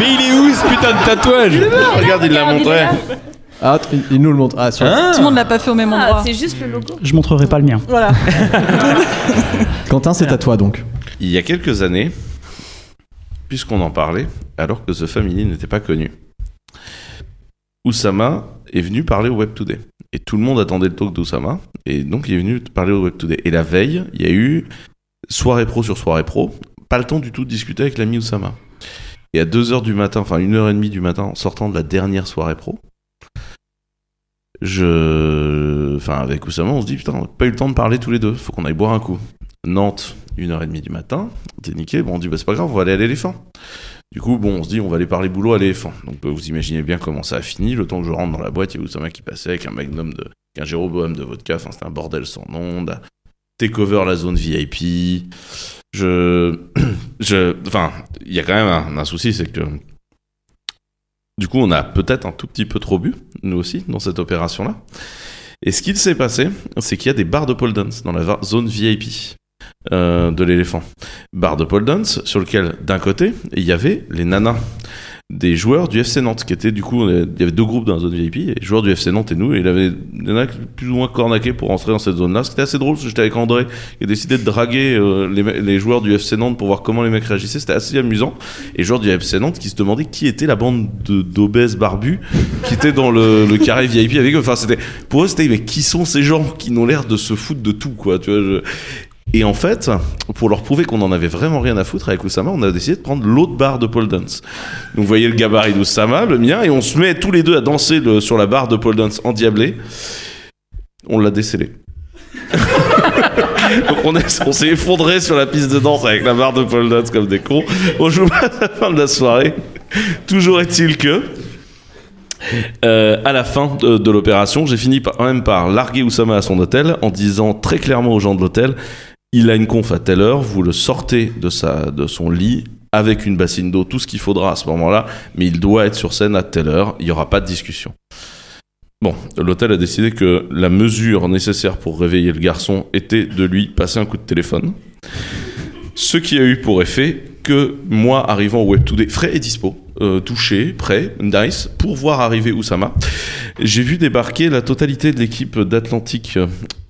il est où ce putain de tatouage Regarde, il l'a regarde, il est montré. là. Ah, il- il nous le montre. Ah, sur la- Tout le monde l'a pas fait au même Ah, endroit. c'est juste le logo. Je montrerai pas le mien. voilà. Quentin, c'est à toi donc. Il y a quelques années, puisqu'on en parlait, alors que The Family n'était pas connu, Oussama est venu parler au Web Today. Et tout le monde attendait le talk d'Oussama, et donc il est venu parler au Web Today. Et la veille, il y a eu soirée pro sur soirée pro, pas le temps du tout de discuter avec l'ami Oussama. Et à 2h du matin, enfin 1h30 du matin, en sortant de la dernière soirée pro, je. Enfin, avec Oussama, on se dit, putain, on n'a pas eu le temps de parler tous les deux, faut qu'on aille boire un coup. Nantes, 1h30 du matin, t'es niqué, bon on dit bah c'est pas grave, on va aller à l'éléphant. Du coup, bon, on se dit on va aller parler boulot à l'éléphant. Donc euh, vous imaginez bien comment ça a fini, le temps que je rentre dans la boîte, il y a Oussama qui passait avec un magnum de. avec un Jéroboam de vodka, enfin c'était un bordel sans nom, la- take over la zone VIP. Je. je. Enfin, il y a quand même un, un souci, c'est que. Du coup, on a peut-être un tout petit peu trop bu, nous aussi, dans cette opération-là. Et ce qu'il s'est passé, c'est qu'il y a des barres de pole dance dans la va- zone VIP euh, de l'éléphant. Barre de pole dance sur lequel, d'un côté, il y avait les nanas des joueurs du FC Nantes, qui étaient du coup, euh, il y avait deux groupes dans la zone VIP, et les joueurs du FC Nantes et nous, et il y avait des nanas qui- plus ou moins cornaquées pour entrer dans cette zone-là. C'était assez drôle, parce que j'étais avec André, qui a décidé de draguer euh, les, me- les joueurs du FC Nantes pour voir comment les mecs réagissaient, c'était assez amusant. Et les joueurs du FC Nantes qui se demandaient qui était la bande de- d'obèses barbus qui étaient dans le, le carré VIP avec eux. Enfin, c'était, pour eux, c'était, mais qui sont ces gens qui n'ont l'air de se foutre de tout, quoi, tu vois. je- et en fait, pour leur prouver qu'on en avait vraiment rien à foutre avec Oussama, on a décidé de prendre l'autre barre de pole dance. Donc vous voyez le gabarit d'Oussama, le mien, et on se met tous les deux à danser le- sur la barre de pole dance endiablée. On l'a décelé. Donc on, est- on s'est effondré sur la piste de danse avec la barre de pole dance comme des cons. On joue à la fin de la soirée. Toujours est-il que... Euh, à la fin de, de l'opération, j'ai fini par, quand même par larguer Oussama à son hôtel en disant très clairement aux gens de l'hôtel il a une conf à telle heure, vous le sortez de, sa, de son lit avec une bassine d'eau, tout ce qu'il faudra à ce moment-là, mais il doit être sur scène à telle heure, il n'y aura pas de discussion. Bon, l'hôtel a décidé que la mesure nécessaire pour réveiller le garçon était de lui passer un coup de téléphone. Ce qui a eu pour effet que moi, arrivant au Web Today, frais et dispo, euh, touché, prêt, nice, pour voir arriver Oussama. J'ai vu débarquer la totalité de l'équipe d'Atlantique. euh,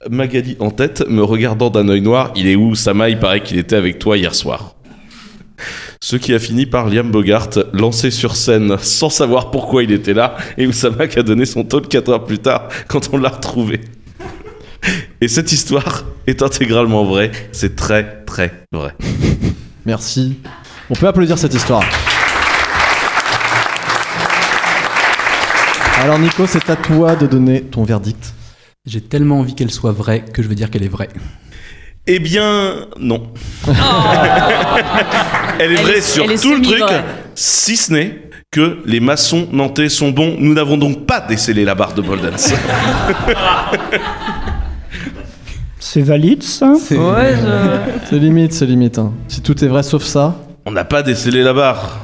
Magali en tête, me regardant d'un œil noir. Il est où, Oussama Il paraît qu'il était avec toi hier soir. Ce qui a fini par Liam Bogart lancé sur scène sans savoir pourquoi il était là et Oussama qui a donné son talk 4 heures plus tard quand on l'a retrouvé. Et cette histoire est intégralement vraie, c'est très très vrai. Merci. On peut applaudir cette histoire. Alors Nico, c'est à toi de donner ton verdict. J'ai tellement envie qu'elle soit vraie que je veux dire qu'elle est vraie. Eh bien, non. Elle est Oh. Elle vraie est- sur elle est tout le truc, semi-vraie. si ce n'est que les maçons nantais sont bons. Nous n'avons donc pas décelé la barre de Boldens. C'est valide, ça C'est C'est limite, c'est limite. hein. Si tout est vrai sauf ça. On n'a pas décelé la barre.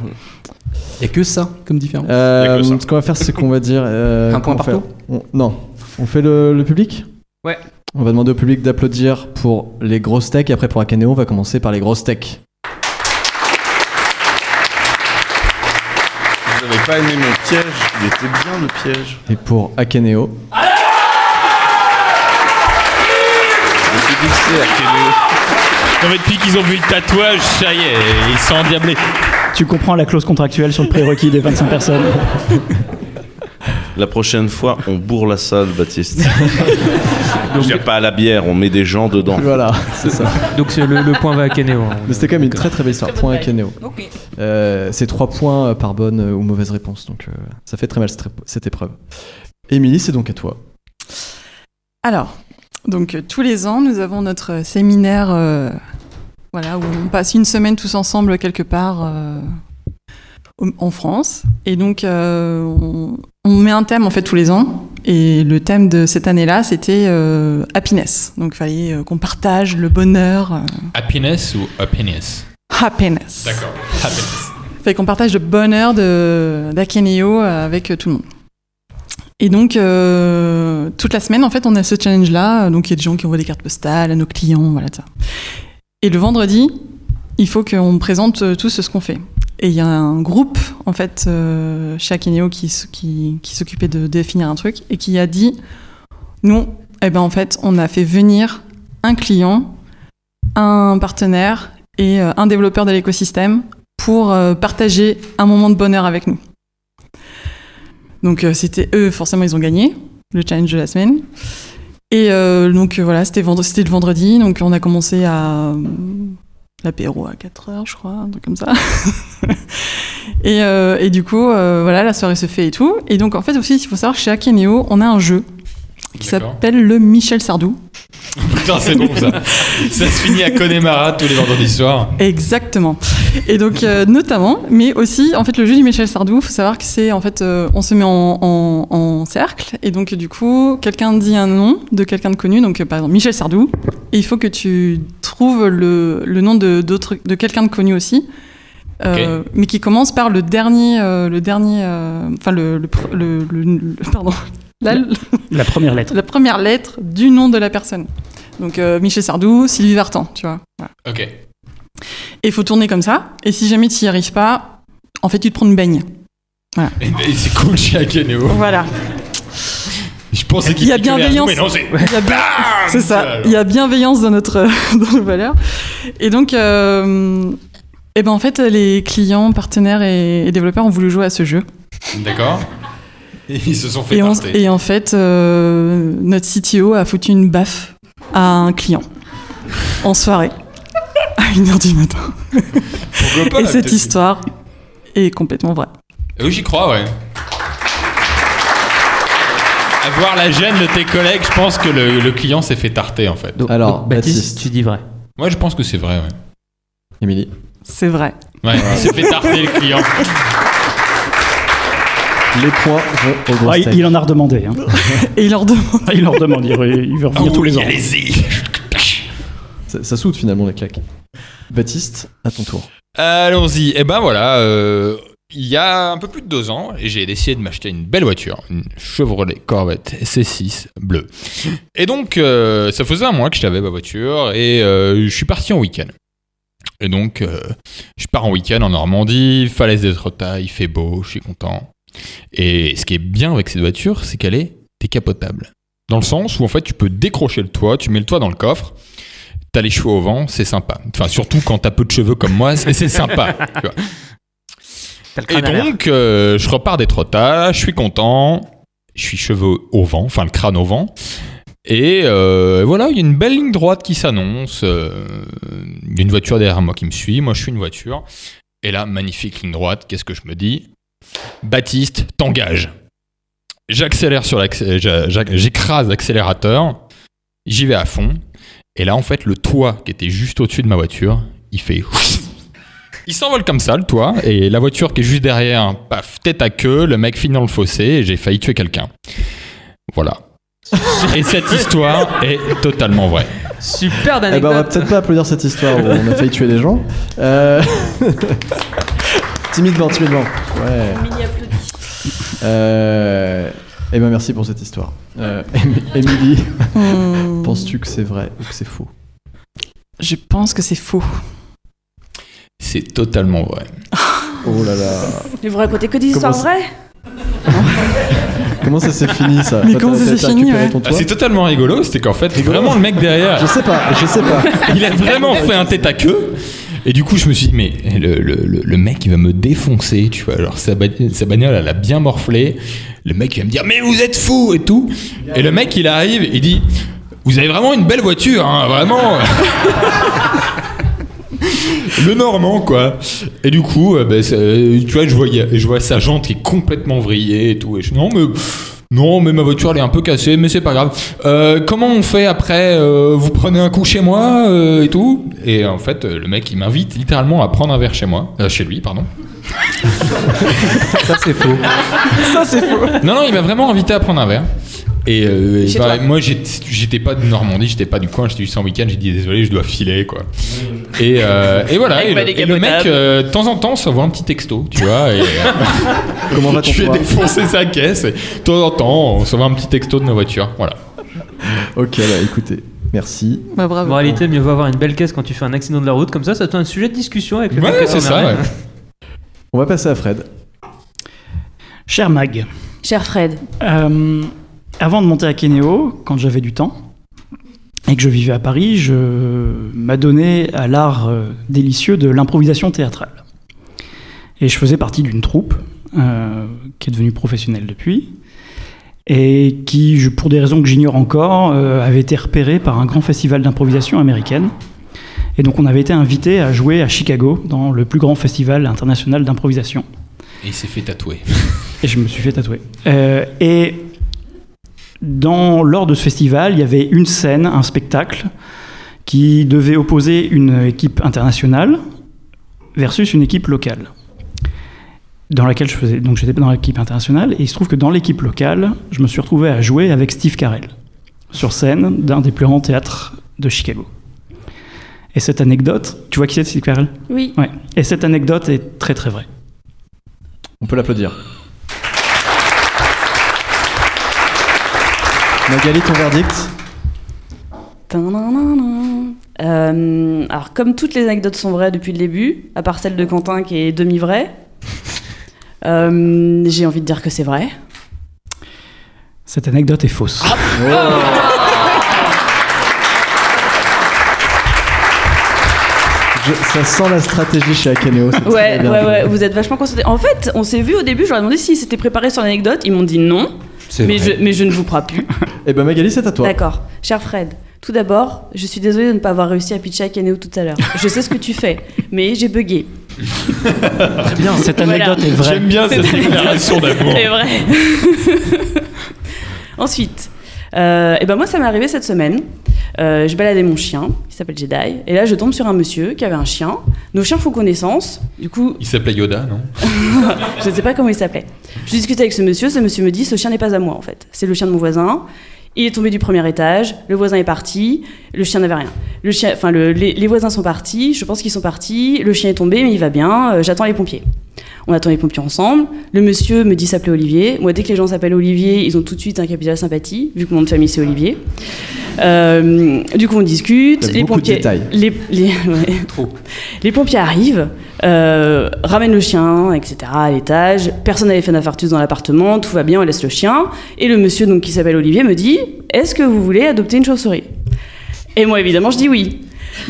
Et que ça comme différence. euh, Y a que ça. ce qu'on va faire, c'est qu'on va dire. euh, Un point qu'on va partout faire- on- Non. On fait le, le public Ouais. On va demander au public d'applaudir pour les grosses techs et après pour Akaneo, on va commencer par les grosses techs. Vous n'avez pas aimé mon piège, il était bien le piège. Et pour Akaneo, Je me suis dit que c'est à quel- Non, mais depuis qu'ils ont vu le tatouage, ça y est, ils sont endiablés. Tu comprends la clause contractuelle sur le prérequis des 25 personnes. La prochaine fois, on bourre la salle, Baptiste. Je veux dire, pas à la bière, on met des gens dedans. voilà, c'est ça. Donc c'est le, le point va à hein. Kenéo. Mais c'était quand même une très très belle histoire. Point Akaneo. Ok. Euh, c'est 3 points euh, par bonne euh, ou mauvaise réponse, donc euh, ça fait très mal cette, rép- cette épreuve. Émilie, c'est donc à toi. Alors, donc euh, tous les ans, nous avons notre euh, séminaire, euh, voilà, où on passe une semaine tous ensemble quelque part euh, au- en France. Et donc, euh, on, on met un thème en fait tous les ans. Et le thème de cette année-là, c'était euh, happiness. Donc, il fallait euh, qu'on partage le bonheur, euh, Happiness ou happiness happiness. D'accord. Happiness. Fait qu'on partage le bonheur de d'Akeneo avec euh, tout le monde. Et donc, euh, toute la semaine, en fait, on a ce challenge-là. Donc, il y a des gens qui envoient des cartes postales à nos clients, voilà, ça. Et le vendredi, il faut qu'on présente euh, tous ce qu'on fait. Et il y a un groupe, en fait, euh, chez Akeneo qui, s- qui, qui s'occupait de définir un truc et qui a dit Nous, eh ben, en fait, on a fait venir un client, un partenaire et euh, un développeur de l'écosystème pour euh, partager un moment de bonheur avec nous. Donc euh, c'était eux, forcément ils ont gagné le challenge de la semaine. Et euh, donc euh, voilà, c'était vendre- c'était le vendredi, donc on a commencé à euh, l'apéro à 4 heures, je crois, un truc comme ça. et, euh, et du coup, euh, voilà, la soirée se fait et tout. Et donc en fait aussi, il faut savoir, chez Akeneo, on a un jeu qui D'accord. s'appelle le Michel Sardou. Putain, c'est bon ça. Ça se finit à Connemara tous les vendredis soirs. Exactement. Et donc euh, notamment, mais aussi en fait le jeu du Michel Sardou, faut savoir que c'est en fait euh, on se met en, en- en cercle et donc du coup quelqu'un dit un nom de quelqu'un de connu, donc euh, par exemple Michel Sardou, et il faut que tu trouves le, le nom de d'autres de quelqu'un de connu aussi. euh, mais qui commence par le dernier, euh, le dernier, euh, enfin le, le, pr- le, le- le- pardon, la, La première lettre. la première lettre du nom de la personne. Donc euh, Michel Sardou, Sylvie Vartan, tu vois. Voilà. Ok. Et il faut tourner comme ça. Et si jamais tu n'y arrives pas, en fait, tu te prends une beigne. Eh ben, C'est cool chez Akeneo. Voilà. Je pensais qu'il Il y a picolait un coup, bienveillance. Mais non, c'est. Il y a bien- Bam C'est ça. Alors. Il y a bienveillance dans notre dans nos valeurs. Et donc, euh, eh ben en fait, les clients, partenaires et, et développeurs ont voulu jouer à ce jeu. D'accord. Et ils se sont fait Et, on- tarter. et en fait, euh, notre CTO a foutu une baffe à un client en soirée à 1h du matin. Pourquoi pas, et là, cette peut-être. histoire est complètement vraie. Ah Oui, j'y crois, ouais. Avoir la gêne de tes collègues, je pense que le, le client s'est fait tarter en fait. Alors, Baptiste. tu dis vrai. Moi, je pense que c'est vrai, ouais. Émilie. C'est vrai. Ouais, il s'est fait tarter le client. Les points vont aux grosses Ah, il, techs. il en a redemandé. hein. Et il leur demande. Ah, il leur demande, il, re- il veut revenir Ah tous les ans. Allez-y. Ça, ça soude finalement les claques. Baptiste, à ton tour. Allons-y. Et ben voilà, euh, il y a un peu plus de deux ans, j'ai décidé de m'acheter une belle voiture, une Chevrolet Corvette C6 bleue. Et donc, euh, ça faisait un mois que je l'avais ma voiture et euh, je suis parti en week-end. Et donc, euh, je Je pars en week-end en Normandie, falaise des Trotas, il fait beau, je suis content. Et ce qui est bien avec cette voiture, c'est qu'elle est décapotable. Dans le sens où en fait tu peux décrocher le toit, tu mets le toit dans le coffre, t'as les cheveux au vent, c'est sympa. Enfin surtout quand t'as peu de cheveux comme moi, c'est c'est sympa. tu vois. T'as le Et crâne à l'air. donc, euh, je repars des trottas, je suis content, je suis cheveux au vent, enfin le crâne au vent. Et euh, voilà, il y a une belle ligne droite qui s'annonce. euh, Il y a une voiture derrière moi qui me suit, moi je suis une voiture. Et là, magnifique ligne droite, qu'est-ce que je me dis Baptiste, t'engages. J'accélère sur l'accé- j'a- j'a- j'écrase l'accélérateur, j'y vais à fond. Et là, en fait, le toit qui était juste au-dessus de ma voiture, il fait il s'envole comme ça, le toit, et la voiture qui est juste derrière, paf, tête à queue, le mec finit dans le fossé, et j'ai failli tuer quelqu'un. Voilà. et cette histoire est totalement vraie. Superbe Eh ben, on va anecdote. peut-être pas applaudir cette histoire où on a failli tuer des gens. Euh, timidement, timidement. Ouais. Euh, Eh ben merci pour cette histoire. Euh, Em- Émilie, Hmm, penses-tu que c'est vrai ou que c'est faux Je pense que c'est faux. C'est totalement vrai. Oh là là. Tu vous racontez que des histoires Comment vraies Comment ça s'est fini ça Mais Toi, comment t'as- ça t'as s'est fini, récupéré ouais. ton Ah, toit c'est totalement rigolo, c'était qu'en fait, vraiment le mec derrière, Je sais pas, je sais pas. il a vraiment fait un tête à queue, et du coup, je me suis dit, mais le, le, le, le mec, il va me défoncer, tu vois. Alors, sa, ba- sa bagnole, elle a bien morflé, le mec, il va me dire, mais vous êtes fou et tout. Et le mec, il arrive, il dit, vous avez vraiment une belle voiture, hein, vraiment. le normand quoi et du coup euh, ben, c'est- euh, tu vois je voyais je vois sa jante qui est complètement vrillée et tout et je non mais non mais ma voiture elle est un peu cassée mais c'est pas grave Euh, comment on fait après euh, vous prenez un coup chez moi euh, et tout et en fait euh, le mec il m'invite littéralement à prendre un verre chez moi Euh, chez lui pardon Ça, c'est faux. non non il m'a vraiment invité à prendre un verre et euh, Chez bah, toi. moi j'étais j'étais pas de Normandie j'étais pas du coin j'étais juste en week-end j'ai dit désolé je dois filer quoi et, euh, et voilà Avec et ma le, et le mec décapotable. euh, de temps en temps ça voit un petit texto tu vois et, euh, Comment va ton Je vais toit défoncer sa caisse et de temps en temps, on se voit un petit texto de nos voitures. Voilà. Ok, bah écoutez, merci. Bah, bravo. En réalité, mieux vaut avoir une belle caisse quand tu fais un accident de la route, comme ça, ça te donne un sujet de discussion avec Ah, les Ouais, podcasts c'est ça. merveilles. ouais. On va passer à Fred. Cher Mag, Cher Fred, Euh, avant de monter à Kenéo, quand j'avais du temps et que je vivais à Paris, je m'adonnais à l'art euh, délicieux de l'improvisation théâtrale. Et je faisais partie d'une troupe euh, qui est devenue professionnelle depuis et qui, je- pour des raisons que j'ignore encore, euh, avait été repérée par un grand festival d'improvisation américaine. Et donc on avait été invité à jouer à Chicago dans le plus grand festival international d'improvisation. Et il s'est fait tatouer. Et je me suis fait tatouer. Euh, et dans, lors de ce festival, il y avait une scène, un spectacle, qui devait opposer une équipe internationale versus une équipe locale. Dans laquelle je faisais. Donc j'étais dans l'équipe internationale, et il se trouve que dans l'équipe locale, je me suis retrouvé à jouer avec Steve Carell, sur scène d'un des plus grands théâtres de Chicago. Et cette anecdote, tu vois qui c'est Steve Carell oui. Ouais. Et cette anecdote est très très vraie. On peut l'applaudir. Magali, ton verdict Tadadadam. Euh, alors, comme toutes les anecdotes sont vraies depuis le début, à part celle de Quentin qui est demi-vraie, euh, j'ai envie de dire que c'est vrai. Cette anecdote est fausse. Je- Ça sent la stratégie chez Akeneo. c'est très Ouais, ouais, bien joué. ouais, vous êtes vachement concentrés. En fait, on s'est vu au début, j'aurais demandé s'ils s'étaient préparés sur l'anecdote, ils m'ont dit non, C'est mais vrai. je, mais je ne vous crois plus. Eh ben Magali, c'est à toi. D'accord. Cher Fred, tout d'abord, je suis désolée de ne pas avoir réussi à pitcher à Kaneo tout à l'heure. Je sais ce que tu fais, mais j'ai bugué. Bien, cette Voilà. anecdote est vraie. J'aime bien cette déclaration d'amour. C'est vrai. Ensuite, euh, et ben moi ça m'est arrivé cette semaine. Euh, je baladais mon chien, il s'appelle Jedi, et là je tombe sur un monsieur qui avait un chien. Nos chiens font connaissance. Du coup, Il s'appelait Yoda, non je ne sais pas comment il s'appelait. Je discutais avec ce monsieur, ce monsieur me dit ce chien n'est pas à moi en fait. C'est le chien de mon voisin. Il est tombé du premier étage, le voisin est parti, le chien n'avait rien. Le chien, enfin le- les, les voisins sont partis, je pense qu'ils sont partis, le chien est tombé mais il va bien, euh, j'attends les pompiers. On attend les pompiers ensemble, le monsieur me dit s'appeler Olivier. Moi dès que les gens s'appellent Olivier, ils ont tout de suite un capital sympathie, vu que mon nom de famille c'est Olivier. Euh, du coup, on T'as discute. Les beaucoup de pompiers, détails. les, les- ouais. Les pompiers arrivent, euh, ramènent le chien, etc. à l'étage. Personne n'avait fait d'infarctus dans l'appartement, tout va bien, on laisse le chien. Et le monsieur donc qui s'appelle Olivier me dit Est-ce que vous voulez adopter une chauve-souris Et moi, évidemment, je dis oui.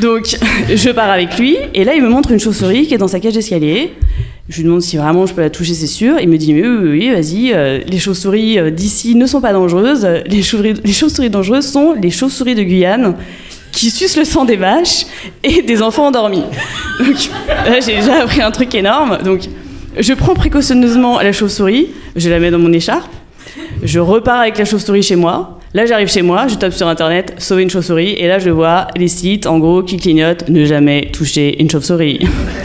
Donc, je pars avec lui, et là, il me montre une chauve-souris qui est dans sa cage d'escalier. Je lui demande si vraiment je peux la toucher, c'est sûr. Il me dit, mais oui, oui, oui, vas-y, euh, les chauves-souris euh, d'ici ne sont pas dangereuses. Les chauves- les chauves-souris dangereuses sont les chauves-souris de Guyane qui sucent le sang des vaches et des enfants endormis. Donc, là, j'ai déjà appris un truc énorme. Donc, je prends précautionneusement la chauve-souris, je la mets dans mon écharpe, je repars avec la chauve-souris chez moi. Là, j'arrive chez moi, je tape sur internet, sauver une chauve-souris, et là, je vois les sites, en gros, qui clignotent, ne jamais toucher une chauve-souris.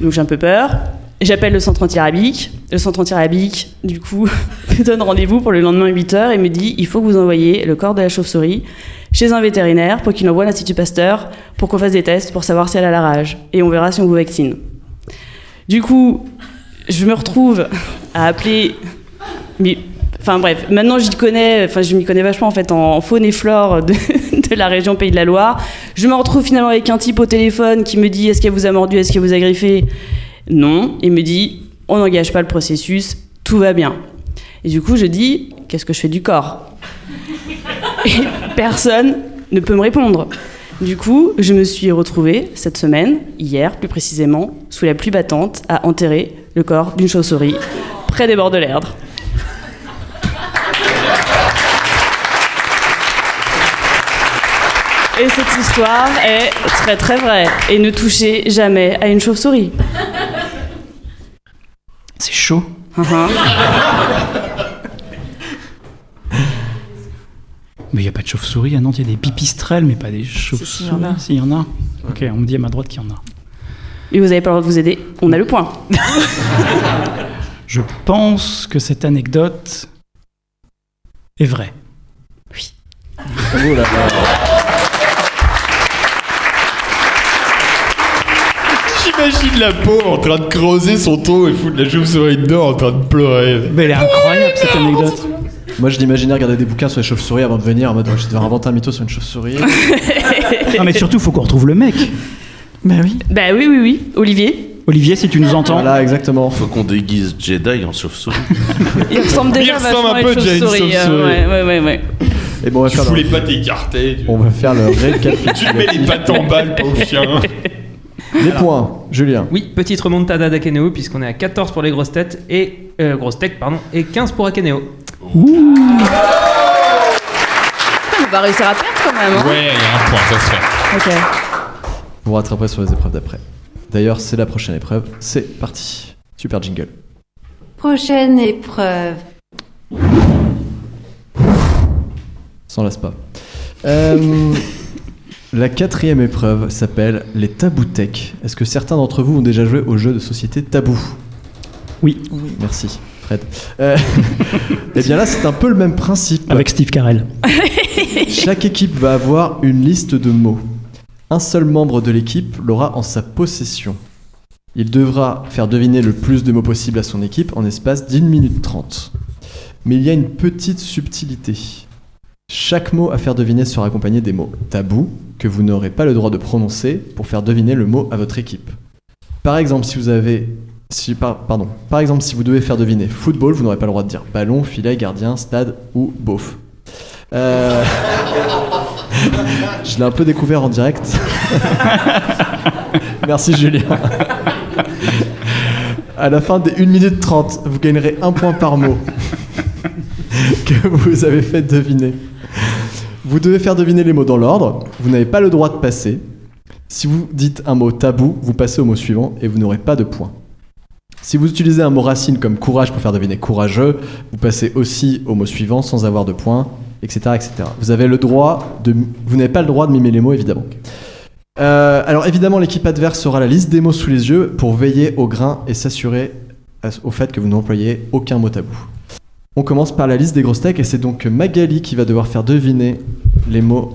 Donc, j'ai un peu peur. J'appelle le centre anti-arabique. Le centre anti-arabique, du coup, me donne rendez-vous pour le lendemain 8h et me dit il faut que vous envoyiez le corps de la chauve-souris chez un vétérinaire pour qu'il envoie à l'Institut Pasteur pour qu'on fasse des tests pour savoir si elle a la rage. Et on verra si on vous vaccine. Du coup, je me retrouve à appeler mais, enfin bref, maintenant j'y connais, enfin je m'y connais vachement en fait en faune et flore de, de la région Pays de la Loire. Je me retrouve finalement avec un type au téléphone qui me dit est-ce qu'elle vous a mordu, est-ce qu'elle vous a griffé Non, il me dit on n'engage pas le processus, tout va bien. Et du coup je dis qu'est-ce que je fais du corps Et personne ne peut me répondre. Du coup, je me suis retrouvée cette semaine, hier plus précisément, sous la pluie battante, à enterrer le corps d'une chauve-souris près des bords de l'Erdre. Et cette histoire est très très vraie. Et ne touchez jamais à une chauve-souris. C'est chaud. Hein, hein. Mais il n'y a pas de chauve-souris à Nantes, il y a des pipistrelles, mais pas des si, il y en a. chauves-souris. Si, il y en a. Ok, on me dit à ma droite qu'il y en a. Et vous avez pas le droit de vous aider. On a le point. Je pense que cette anecdote est vraie. Oh J'imagine la pauvre en train de creuser son taux et foutre la chauve-souris dedans en train de pleurer. Mais elle est incroyable cette anecdote. Moi, je l'imaginais regarder des bouquins sur les chauves-souris avant de venir en mode oh, je devais inventer un mytho sur une chauve-souris. Non, mais surtout, faut qu'on retrouve le mec. Bah oui. Bah oui, oui, oui. Olivier, Olivier, si tu nous entends, voilà, exactement. Faut qu'on déguise Jedi en chauve-souris. il ressemble déjà ressemble vachement un à une peu déjà à une chauve-souris. euh, chauve-souris. ouais, ouais, ouais, ouais. Et bon, on va Tu faire voulais le, pas t'écarter. tu- on va faire le récapitulatif. Tu mets les pattes en balle, pauvre chien. Les points, Julien. Oui, petite remontada d'Akeneo, puisqu'on est à 14 pour les grosses têtes et. euh, grosses têtes, pardon, et 15 pour Akeneo. Putain, On Ah, va réussir à perdre quand même. hein. Ouais, il y a un point, ça se fait. Ok. Vous rattraperez sur les épreuves d'après. D'ailleurs, c'est la prochaine épreuve. C'est parti. Super jingle. Prochaine épreuve. S'en lasse pas. Euh, la quatrième épreuve s'appelle les taboutecs. Est-ce que certains d'entre vous ont déjà joué au jeu de société tabou Oui. Merci, Fred. Euh, Eh bien là, c'est un peu le même principe. avec Steve Carell. Chaque équipe va avoir une liste de mots. Un seul membre de l'équipe l'aura en sa possession. Il devra faire deviner le plus de mots possible à son équipe en espace d'une minute trente. Mais il y a une petite subtilité. Chaque mot à faire deviner sera accompagné des mots tabous que vous n'aurez pas le droit de prononcer pour faire deviner le mot à votre équipe. Par exemple, si vous avez si, par, pardon. Par exemple, si vous devez faire deviner football, vous n'aurez pas le droit de dire ballon, filet, gardien, stade ou beauf. Euh, Je l'ai un peu découvert en direct. Merci Julien. À la fin des 1 minute 30, vous gagnerez un point par mot que vous avez fait deviner. Vous devez faire deviner les mots dans l'ordre. Vous n'avez pas le droit de passer. Si vous dites un mot tabou, vous passez au mot suivant et vous n'aurez pas de points. Si vous utilisez un mot racine comme courage pour faire deviner courageux, vous passez aussi au mot suivant sans avoir de points, etc., etc. Vous avez le droit de, vous n'avez pas le droit de mimer les mots évidemment. Euh, alors évidemment, l'équipe adverse aura la liste des mots sous les yeux pour veiller au grain et s'assurer à- au fait que vous n'employez aucun mot tabou. On commence par la liste des grosses têtes et c'est donc Magali qui va devoir faire deviner les mots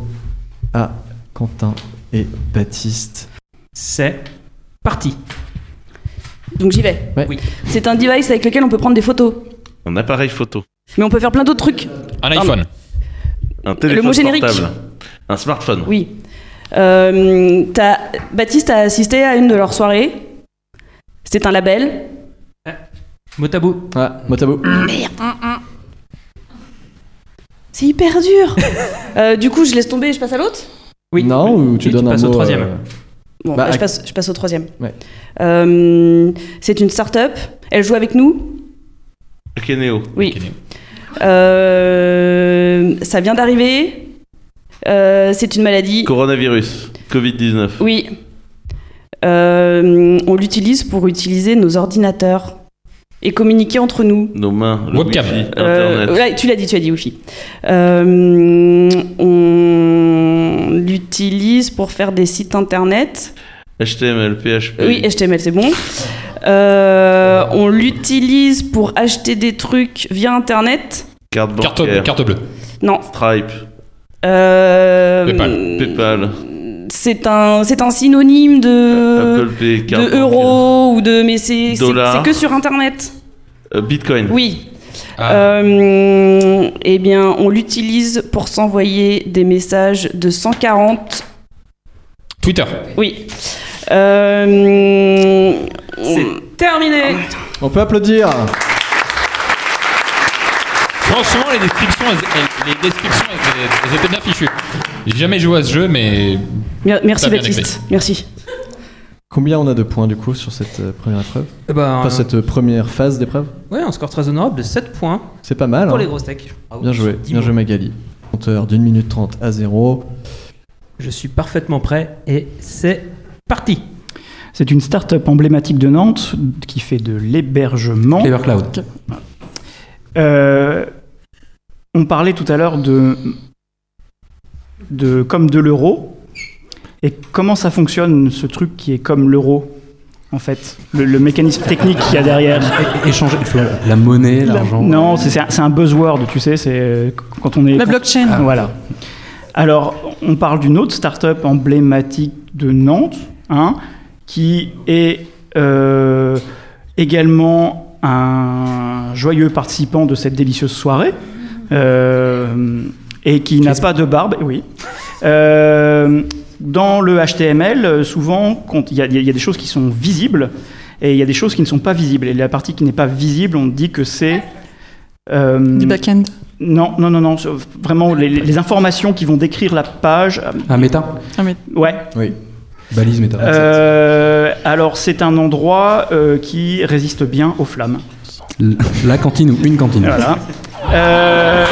à Quentin et Baptiste. C'est parti. Donc j'y vais. Ouais. Oui. C'est un device avec lequel on peut prendre des photos. Un appareil photo. Mais on peut faire plein d'autres trucs. Un iPhone. un téléphone mot générique. portable, un smartphone. Oui. Euh, t'as- Baptiste a assisté à une de leurs soirées. C'était un label. Mot à bout. Ah, Motabo. Hum, C'est hyper dur. Euh, du coup, je laisse tomber et je passe à l'autre. Oui. Non, ou tu Oui, donnes un passes mot. au troisième. euh, Bon, Bah, bah, je, à- passe, je passe au troisième. Ouais. Euh, c'est une start-up. Elle joue avec nous. Akeneo. Oui. Euh, ça vient d'arriver. Euh, c'est une maladie. Coronavirus. Covid-19. Oui. Euh, on l'utilise pour utiliser nos ordinateurs et communiquer entre nous. Nos mains. Le Webcam. wifi, Euh, Internet. ouais, tu l'as dit, tu as dit Wi-Fi. Euh, on l'utilise pour faire des sites internet. HTML, PHP. Oui, HTML, c'est bon. Euh, on l'utilise pour acheter des trucs via internet. Carte Carte, bancaire. carte bleue. Non. Stripe. Euh, Paypal. Paypal. C'est un, c'est un synonyme de, Euh, Apple Pay. Carte de bancaire. euro ou de. Mais c'est c'est- Dollar. c'est que sur internet. Euh, Bitcoin. Oui, Ah, Euh, eh bien, on l'utilise pour s'envoyer des messages de 140. Twitter. Oui. Euh, C'est terminé. On peut applaudir. Franchement, les descriptions, elles, elles- les descriptions, elles, elles étaient bien fichues. J'ai jamais joué à ce jeu, mais mer- Merci T'as bien Baptiste. Merci. Combien on a de points du coup sur cette euh, première épreuve Eh ben, Enfin, cette euh, première phase d'épreuve Ouais, un score très honorable de 7 points C'est pas mal. pour hein. les grosses techs. Bravo. Bien joué, Dix bien mots. joué Magali. Compteur d'une minute trente à zéro. Je suis parfaitement prêt et c'est parti. C'est une start-up emblématique de Nantes qui fait de l'hébergement. Clever Cloud. Euh, on parlait tout à l'heure de, de comme de l'euro et comment ça fonctionne ce truc qui est comme l'euro en fait le, le mécanisme technique qu'il y a derrière. É- Échanger tu vois, la monnaie, l'argent. Non, c'est- c'est un, c'est un buzzword, tu sais, c'est euh, quand on est La blockchain. voilà. Alors, on parle d'une autre start-up emblématique de Nantes, hein, qui est euh, également un joyeux participant de cette délicieuse soirée, euh, et qui n'a pas de barbe, eh oui. Euh, dans le HTML, euh, souvent, quand il y, a- il y a des choses qui sont visibles et il y a des choses qui ne sont pas visibles. Et la partie qui n'est pas visible, on dit que c'est euh, Du back-end. non, non, non, non. c'est Vraiment, les, les informations qui vont décrire la page. euh, Un méta. Ah, mais Ouais. Oui. Balise méta. Euh, alors, c'est un endroit euh, qui résiste bien aux flammes. L- La cantine ou une cantine. Voilà. Euh,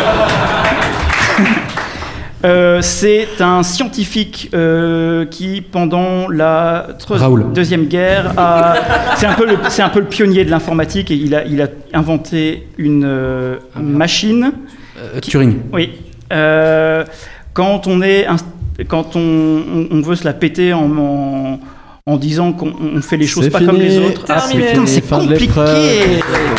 euh, c'est un scientifique euh, qui, pendant la tre- Raoul. deuxième guerre, a- c'est un peu le, c'est un peu le pionnier de l'informatique et il a, il a inventé une euh, machine Euh, Turing. Oui. Euh, quand on est inst- quand on, on- on veut se la péter en, en, en disant qu'on on fait les choses C'est pas comme les fini. autres. Terminé. putain, Fini. c'est Fin de compliqué. l'épreuve.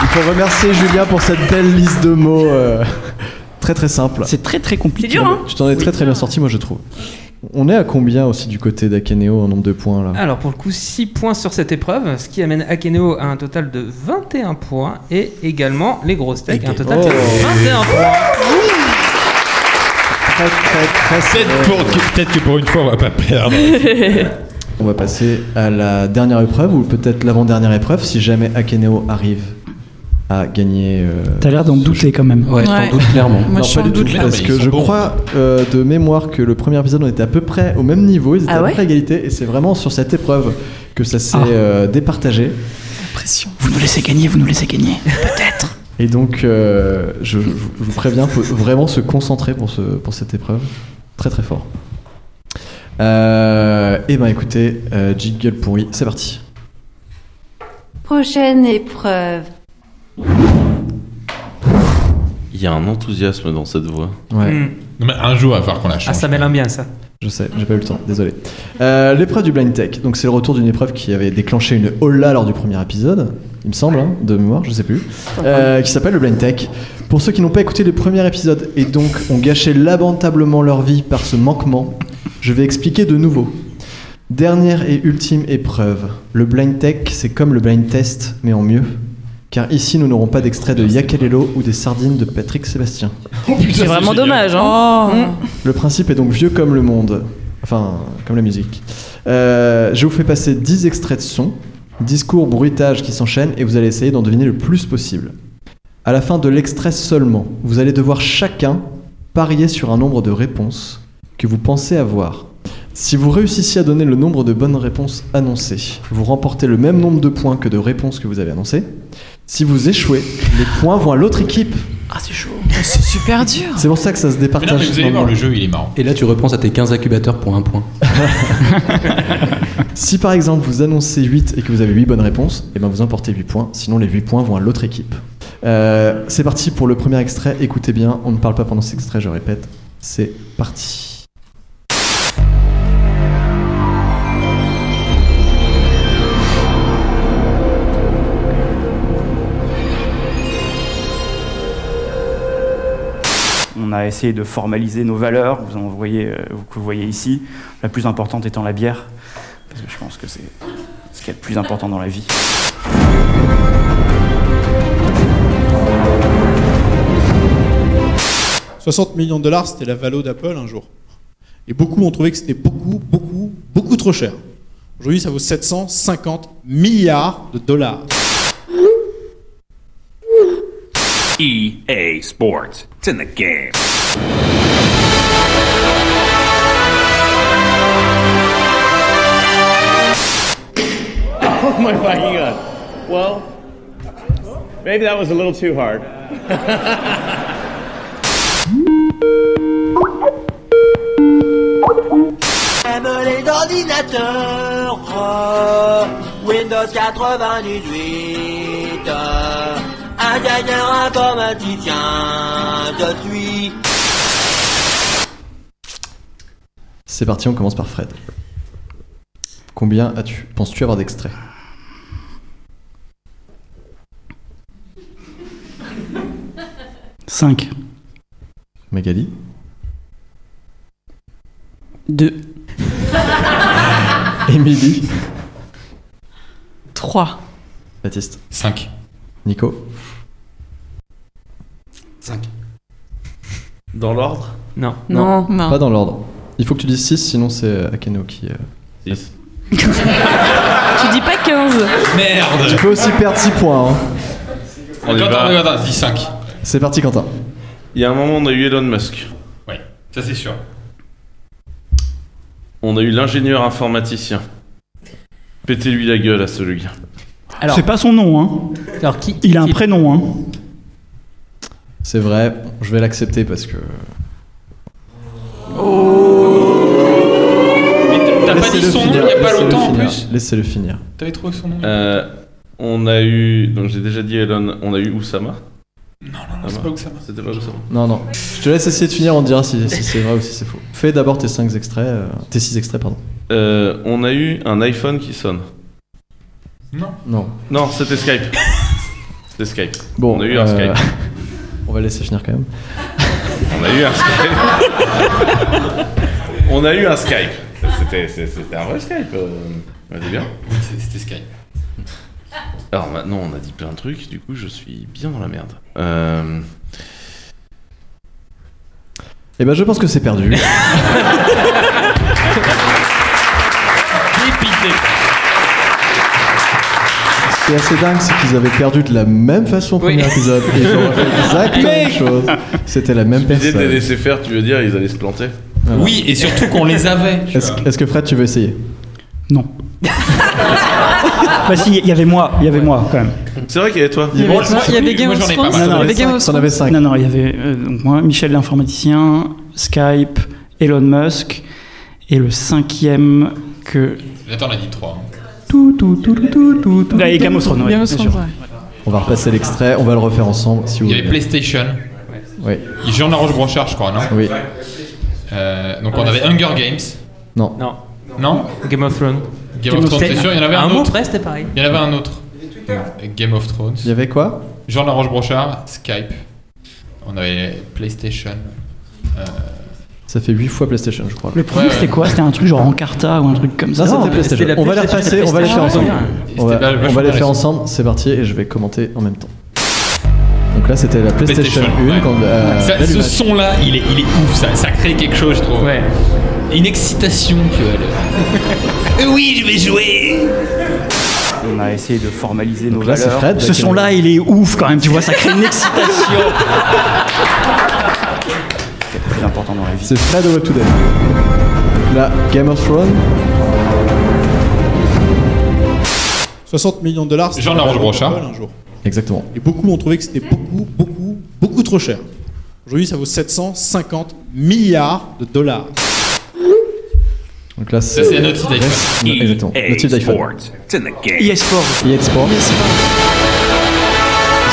Il faut remercier Julien pour cette belle liste de mots euh, très très simple. C'est très très compliqué. C'est dur, hein Tu t'en es très très bien sorti, moi je trouve. On est à combien aussi du côté d'Akeneo en nombre de points là Alors pour le coup, 6 points sur cette épreuve, ce qui amène Akeneo à un total de 21 points et également les grosses techs à un total de Oh. 21 points. Très très très Peut-être pour, que- peut-être que pour une fois, on va pas perdre. On va passer à la dernière épreuve ou peut-être l'avant-dernière épreuve si jamais Akeneo arrive à gagner. euh, T'as l'air d'en douter quand même. Ouais, Ouais. t'en doutes clairement. moi, non, je suis pas en du tout, doute là. parce Mais ils que sont je bons. crois euh, de mémoire que le premier épisode, on était à peu près au même niveau, ils étaient Ah à peu ouais près à égalité, et c'est vraiment sur cette épreuve que ça s'est Ah. euh, départagé. Pression. Vous nous laissez gagner, vous nous laissez gagner. Et donc, euh, je, je- je vous préviens, faut vraiment se concentrer pour, ce, pour cette épreuve. Très très fort. Euh, et ben écoutez, euh, jingle pourri, c'est parti. Prochaine épreuve. Il y a un enthousiasme dans cette voix. Ouais, Hmm. Non, mais un jour, il va falloir qu'on la Ah change. ça mêle un bien ça. je sais, j'ai pas eu le temps, désolé. Euh, l'épreuve du blind tech, donc c'est le retour d'une épreuve qui avait déclenché une holla lors du premier épisode, il me semble, hein, de mémoire, je sais plus, euh, qui s'appelle le blind tech. Pour ceux qui n'ont pas écouté le premier épisode et donc ont gâché lamentablement leur vie par ce manquement, je vais expliquer de nouveau. Dernière et ultime épreuve. Le blind tech, c'est comme le blind test, mais en mieux. car ici nous n'aurons pas d'extrait de Yakalelo ou des sardines de Patrick Sébastien. C'est vraiment dommage. Hein. Oh. Le principe est donc vieux comme le monde, enfin comme la musique. Euh, je vous fais passer 10 extraits de sons, discours, bruitages qui s'enchaînent et vous allez essayer d'en deviner le plus possible. À la fin de l'extrait seulement, vous allez devoir chacun parier sur un nombre de réponses que vous pensez avoir. Si vous réussissez à donner le nombre de bonnes réponses annoncées, vous remportez le même nombre de points que de réponses que vous avez annoncées. Si vous échouez, les points vont à l'autre équipe. Ah, c'est chaud. C'est super dur. C'est pour ça que ça se Mais non, départage. mais vous allez voir, maintenant. le jeu, il est marrant. Et là, tu repenses à tes 15 incubateurs pour un point. Si par exemple vous annoncez 8 et que vous avez 8 bonnes réponses, et ben vous emportez 8 points, sinon les 8 points vont à l'autre équipe. Euh, c'est parti pour le premier extrait, écoutez bien, on ne parle pas pendant cet extrait, je répète, c'est parti. On a essayé de formaliser nos valeurs, vous en voyez, euh, vous- que vous voyez ici. La plus importante étant la bière, parce que je pense que c'est ce qu'il y a de plus important dans la vie. millions de dollars, c'était la valo d'Apple un jour. Et beaucoup ont trouvé que c'était beaucoup, beaucoup, beaucoup trop cher. Aujourd'hui, ça vaut 750 milliards de dollars. EA E Sports. It's in the game. Oh my fucking god. Well, maybe that was a little too hard. J'aime les ordinateurs, euh, Windows 98, euh, ingénieur informaticien, je suis. C'est parti, on commence par Fred. Combien as-tu, penses-tu avoir d'extraits Cinq. Magali Deux. Émilie 3. Baptiste 5. Nico 5. Dans l'ordre Non. Non. Non. Pas dans l'ordre. Il faut que tu dises 6, sinon c'est euh, Akeno qui... 6. Tu dis pas 15. Merde Tu peux aussi perdre 6 points. hein. Attends, attends, attends, attends, dis 5. C'est parti Quentin. Il y a un moment, on a eu Elon Musk. Ouais, ça c'est sûr. On a eu l'ingénieur informaticien. Pétez-lui la gueule à celui-là. C'est pas son nom, hein. Alors, qui- Il a un qui- prénom, hein. C'est vrai, je vais l'accepter parce que... T'as pas dit Laissez-le son nom il finir, n'y a pas laissez-le longtemps en finir, plus Laissez-le finir. T'avais trouvé son nom Euh, on a eu. Donc, j'ai déjà dit Elon. On a eu Oussama. Non, non, non, c'est pas Oussama. C'était pas Oussama. Non, non. Je te laisse essayer de finir, on dira si, si c'est vrai ou si c'est faux. Fais d'abord tes 5 extraits, euh, tes 6 extraits, pardon. Euh, on a eu un iPhone qui sonne. Non. Non, c'était Skype. C'était Skype. Bon, on a eu un euh, Skype. on va laisser finir quand même. On a eu un Skype. on a eu un Skype. C'était, c'est- c'était un vrai Skype. euh, On dit bien. Oui, c'est- c'était Sky. Alors maintenant, on a dit plein de trucs. Du coup, je suis bien dans la merde. Euh, Eh ben, je pense que c'est perdu. Dépité. Ce qui est assez dingue, c'est qu'ils avaient perdu de la même façon au premier épisode. Et ils ont refait exactement la même chose. C'était la même L'idée de les personne. laisser faire, tu veux dire, ils allaient se planter Ah Voilà. Oui, et surtout qu'on les avait. tu Est-ce vois. est-ce que Fred, tu veux essayer Bah si, il y avait moi, il y avait moi quand même. C'est vrai qu'il y avait toi. Il y avait, Moi, je m'en non, il y souviens avait plus, Game moi, of j'en ai pas Thrones. mal. Il y avait Non, non, Game of T'en Thrones. avais 5. Non, non, il y avait euh, donc moi, Michel l'informaticien, Skype, Elon Musk, et le cinquième que... Attends, on a dit hein. 3. Tout, tout, tout, tout, tout, tout, tout. Là, et Game of Thrones, ouais, Game of bien Thrones, sûr. ouais. On va repasser l'extrait, on va le refaire ensemble si vous Il y avait voulez. PlayStation. Oui. Jean Laroche Brochard, je crois, non Oui. Euh, Donc on avait Hunger Games. Non. Non. Non Game of Thrones. Game of Thrones, c'est sûr, il y en avait À un mot autre. près, c'était pareil. Il y en avait un autre. Game of Thrones. Il y avait quoi Jean Laroche Brochard, Skype. On avait PlayStation. Euh, Ça fait 8 fois PlayStation, je crois. Le premier, c'était quoi C'était un truc genre Encarta ou un truc comme ça Non, c'était PlayStation. on va les repasser, on va les faire ensemble. Ah, On va, C'était vachement on va les faire intéressant. ensemble, c'est parti, et je vais commenter en même temps. Donc là, c'était la PlayStation, 1. ouais. quand, euh, Ça- ce l'allumage. son-là, il est, il est ouf, ça, ça crée quelque chose, je trouve. Une excitation, tu vois. oui, je vais jouer On a essayé de formaliser nos là, c'est valeurs. Fred, Ce là, son là, il est ouf quand même, tu vois, ça crée une excitation. c'est le plus important dans la vie. C'est Fred au Web Today. Donc là, Game of Thrones. 60 millions de dollars. c'était Jean la Laroche valeur Brochard. d'Apple un jour. Exactement. Et beaucoup ont trouvé que c'était beaucoup, beaucoup, beaucoup trop cher. Aujourd'hui, ça vaut 750 milliards de dollars. Donc là, Ça, c'est notre type d'iPhone. Non, Exactement. Le type d'iPhone. It's in the game. EA Sport. EA Sport.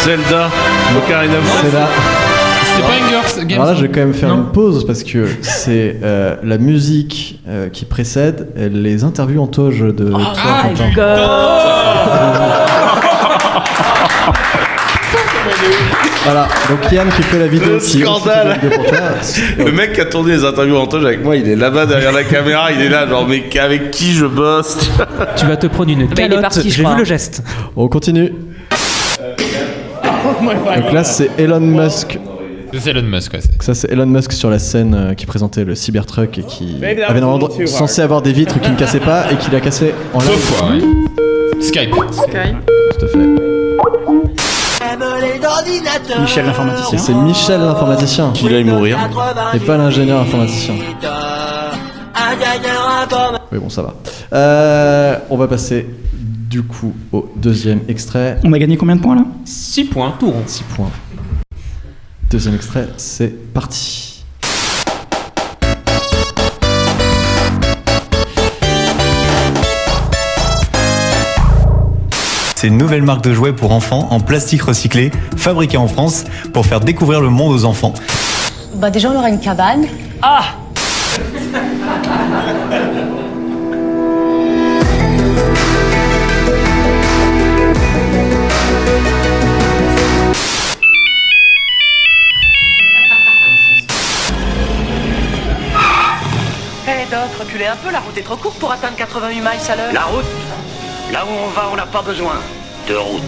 Zelda, Ocarina of C'est là. C'était pas une girls game. Alors là, je vais quand même faire une pause parce que c'est euh, la musique euh, qui précède les interviews en toge de. Thor Quentin. Voilà, donc Yann qui fait la vidéo. Le qui- scandale. qui fait la vidéo pour toi. Le mec qui a tourné les interviews en toge avec moi, il est là-bas derrière la caméra, il est là, genre, mais avec qui je bosse Tu vas te prendre une il est calotte, parti, je j'ai crois. vu le geste. On continue. Oh Donc là, c'est Elon Musk. C'est Elon Musk, ouais. Donc ça, c'est Elon Musk sur la scène euh, qui présentait le Cybertruck et qui Maybe that avait was a little normalement too censé avoir des vitres qui ne cassaient pas et qui l'a cassé en Deux live. fois, ouais. Skype. Tout à fait. Aime les ordinateurs. Michel l'informaticien. C'est Michel l'informaticien. Qui va y mourir. Et pas l'ingénieur informaticien. Un gagneur informa- Oui, bon, ça va. Euh, on va passer du coup au deuxième extrait. On a gagné combien de points là 6 points, tout rond. 6 points. Deuxième extrait, c'est parti. C'est une nouvelle marque de jouets pour enfants en plastique recyclé, fabriquée en France pour faire découvrir le monde aux enfants. Bah déjà on aura une cabane. Ah Hé Doc, reculez un peu, la route est trop courte pour atteindre 88 miles à l'heure. La route Là où on va, on n'a pas besoin de route.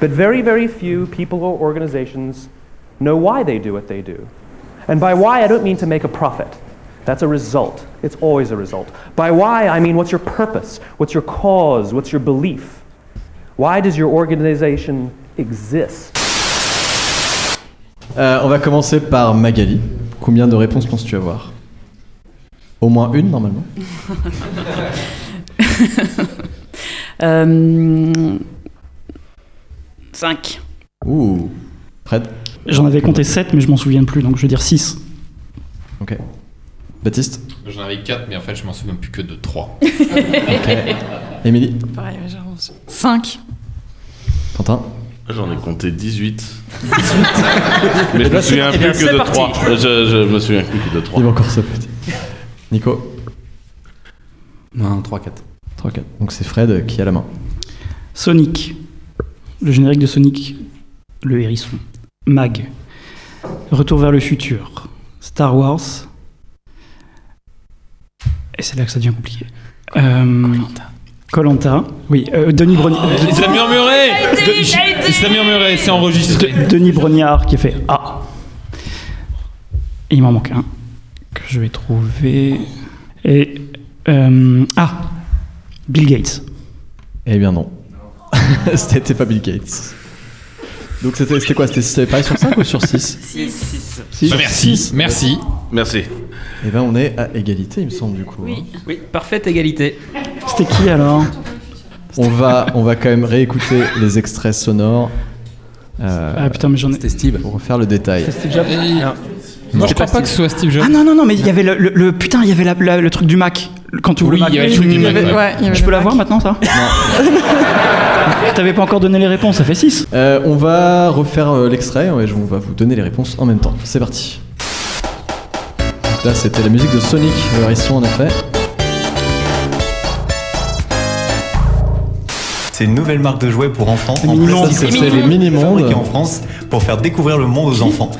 But very, very few people or organizations know why they do what they do. And by why, I don't mean to make a profit. That's a result. It's always a result. By why, I mean what's your purpose? What's your cause? What's your belief? Why does your organization exist? Euh, on va commencer par Magali. Combien de réponses penses-tu avoir Au moins une, normalement. Euh, 5. Ouh. Fred J'en avais compté 7, mais je m'en souviens plus, donc je vais dire 6. Ok. Baptiste J'en avais 4, mais en fait, je m'en souviens plus que de 3. Émilie Pareil, ouais, genre 5. Quentin J'en ai compté 18. Eh mais je bien, me souviens plus c'est- eh bien, que c'est de parti. 3. Je, je me souviens plus que de 3. Il va encore se péter. Nico Non, 3-4. 3-4. Donc c'est Fred qui a la main. Sonic. Le générique de Sonic. Le hérisson. Mag. Retour vers le futur. Star Wars. Et c'est là que ça devient compliqué. Euh, Colanta. Oui, euh, Denis Brognard. Ça murmurait De- je- Ça murmurait, c'est enregistré. Denis Brognard qui a fait Ah Et Il m'en manque un que je vais trouver. Et. euh, ah Bill Gates. Eh bien non. c'était pas Bill Gates. Donc c'était c'était quoi C'était- C'était pareil sur 5 ou sur 6 6. Sur six. Bah, Merci. Merci. Eh bien on est à égalité, il me semble, du coup. hein. Oui, parfaite égalité. C'était qui alors On va, on va quand même réécouter les extraits sonores. euh, Ah, putain, mais j'en ai- C'était Steve. Pour refaire le détail. Moi, je crois pas que ce soit Steve Jobs. Ah non, non, non, mais il y avait le, le- le- putain, il y avait la- la- le truc du Mac. Quand tu voulais Oui, il y avait le truc du Mac, ouais. Ouais, il y avait Je le peux l'avoir maintenant, ça T'avais pas encore donné les réponses, ça fait 6. Euh, on va refaire euh, l'extrait et je- on va vous donner les réponses en même temps. C'est parti. Là, c'était la musique de Sonic, le hérisson en effet. C'est une nouvelle marque de jouets pour enfants en Minimondes. plastique C'est recyclé les Minimondes. fabriquée en France pour faire découvrir le monde aux enfants.